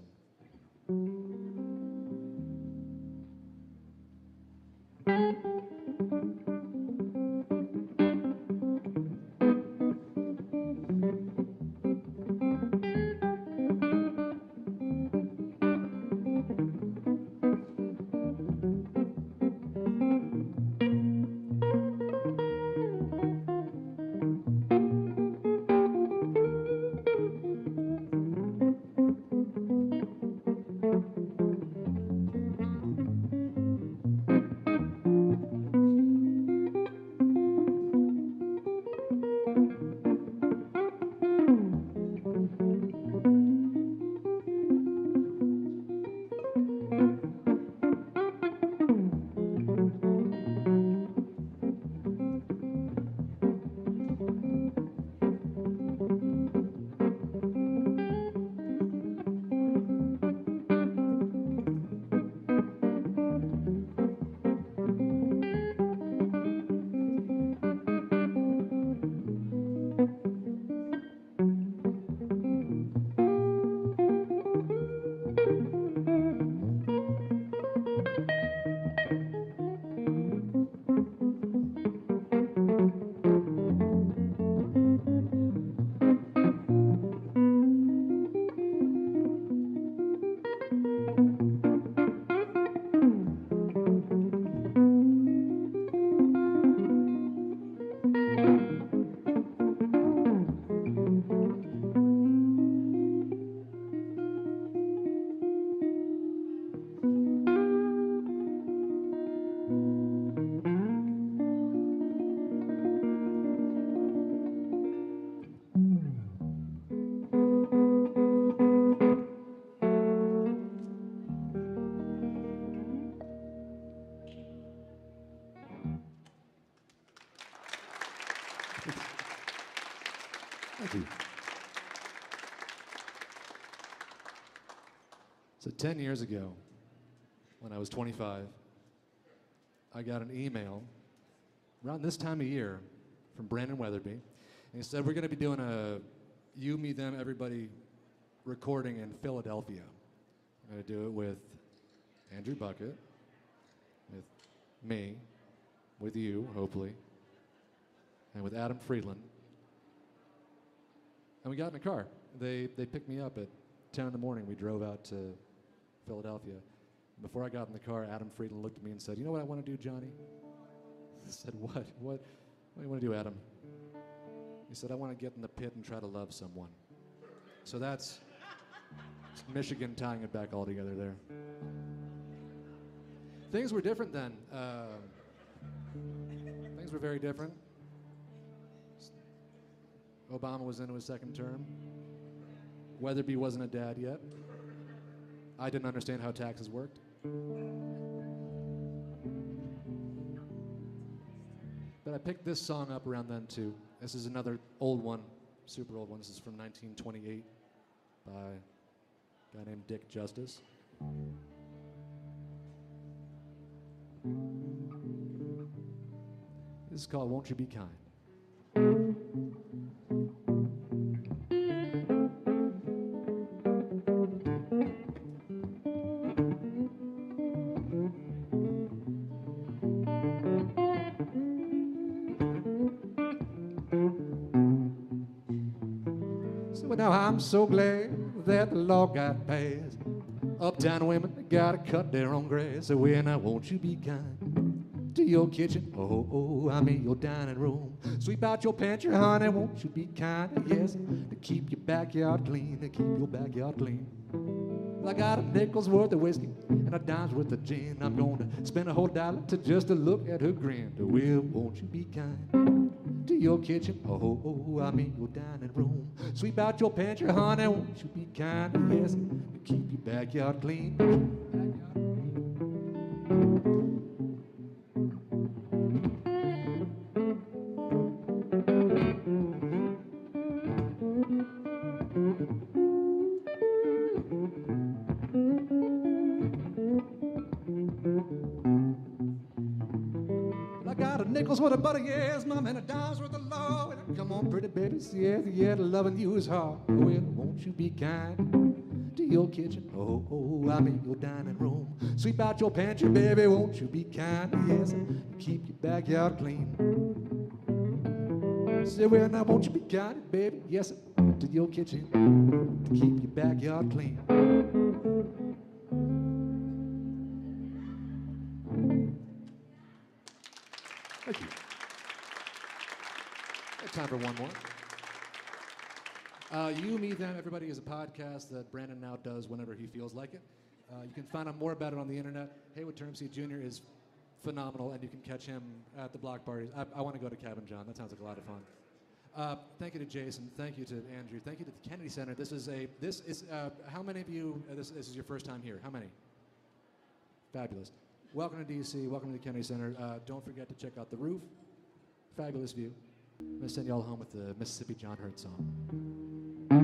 Speaker 8: Thank you. So 10 years ago, when I was 25, I got an email around this time of year from Brandon Weatherby. And he said, We're going to be doing a you, me, them, everybody recording in Philadelphia. We're going to do it with Andrew Bucket, with me, with you, hopefully, and with Adam Friedland. And we got in a car. They, they picked me up at 10 in the morning. We drove out to Philadelphia. Before I got in the car, Adam Friedland looked at me and said, You know what I want to do, Johnny? I said, What? What, what do you want to do, Adam? He said, I want to get in the pit and try to love someone. So that's it's Michigan tying it back all together there. Things were different then. Uh, things were very different. Obama was into his second term. Weatherby wasn't a dad yet. I didn't understand how taxes worked. But I picked this song up around then too. This is another old one, super old one. This is from 1928 by a guy named Dick Justice. This is called Won't You Be Kind. So now I'm so glad that the law got passed. Uptown women gotta cut their own grass. So when I won't you be kind to your kitchen? Oh, oh, I mean your dining room. Sweep out your pantry, honey. Won't you be kind? Yes, to keep your backyard clean, to keep your backyard clean. I got a nickel's worth of whiskey and a dime's worth of gin. I'm gonna spend a whole dollar to just to look at her grin. Well, won't you be kind
Speaker 7: to your kitchen. Oh, oh, oh, I'm in your dining room. Sweep out your pantry, honey. Won't you be kind and ask to keep your backyard clean? I got a nickel's worth of butter, yes, mom, and a dime's worth of law. And I come on, pretty baby, yes, yes, loving you is hard. Well, won't you be kind to your kitchen? Oh, oh, I'm in your dining room. Sweep out your pantry, baby, won't you be kind? Yes, and keep your backyard clean. Say, well, now won't you be kind, baby? Yes, to your kitchen to keep your backyard clean. Thank you. Got time for one more. Uh, you, Me, Them, Everybody is a podcast that Brandon now does whenever he feels like it. Uh, you can find out more about it on the internet. Haywood Termsey Jr. is phenomenal, and you can catch him at the block parties. I, I want to go to Cabin John. That sounds like a lot of fun. Uh, thank you to Jason. Thank you to Andrew. Thank you to the Kennedy Center. This is a this is uh, how many of you uh, this, this is your first time here? How many? Fabulous. Welcome to DC. Welcome to the Kennedy Center. Uh, don't forget to check out the roof. Fabulous view. I'm gonna send y'all home with the Mississippi John Hurt song.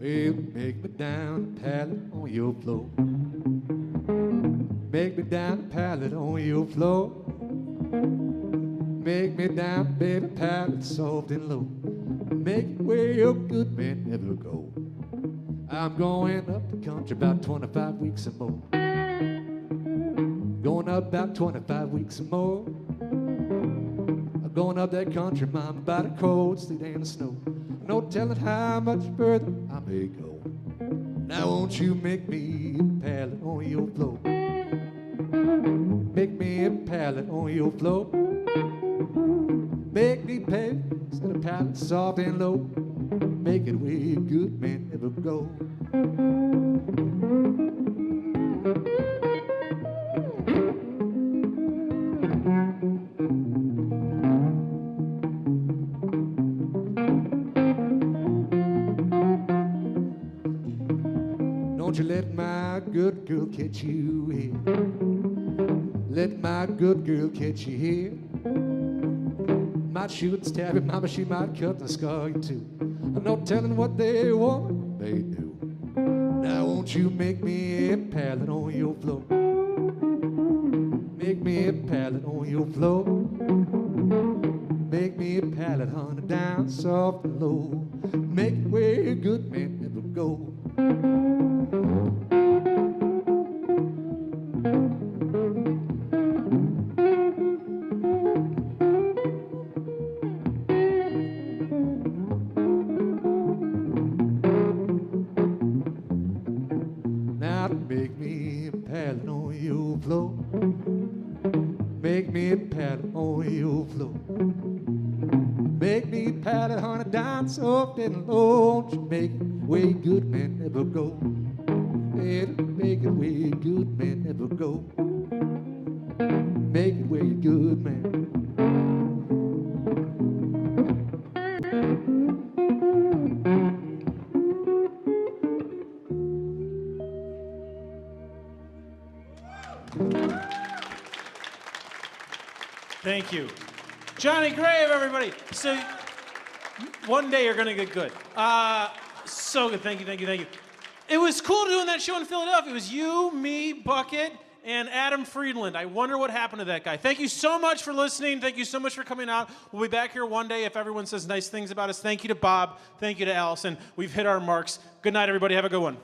Speaker 7: You make me down a pallet on your floor. Make me down a pallet on your floor. Make me down, baby, pallet soft and low. Make where your good men never go. I'm going up the country about 25 weeks and more. Going up about 25 weeks and more. I'm going up that country, mom, about a cold sleet and the snow. No telling how much further I may go. Now won't you make me a pallet on your floor? Make me a pallet on your floor. Make me pay instead of pallet soft and low. Make it where your good men ever go. Don't you let my good girl catch you here. Let my good girl catch you here. Might shoot and stab you, mama, she might cut and scar you too. I'm not telling what they want, they do. Now won't you make me a pallet on your floor? Make me a pallet on your floor. Make me a pallet, honey, down soft and low. Make it where a good man never go. Now to make me a pallet on your floor. Make me a pallet on your floor. Make me a pallet, honey, down soft and low. Won't you make it where good men never go? Yeah, make it where good men never go. Make it where good men.
Speaker 1: Thank you. Johnny Grave, everybody. So one day you're going to get good. Uh, so good. Thank you, thank you, thank you. It was cool doing that show in Philadelphia. It was you, me, Bucket, and Adam Friedland. I wonder what happened to that guy. Thank you so much for listening. Thank you so much for coming out. We'll be back here one day if everyone says nice things about us. Thank you to Bob. Thank you to Allison. We've hit our marks. Good night, everybody. Have a good one.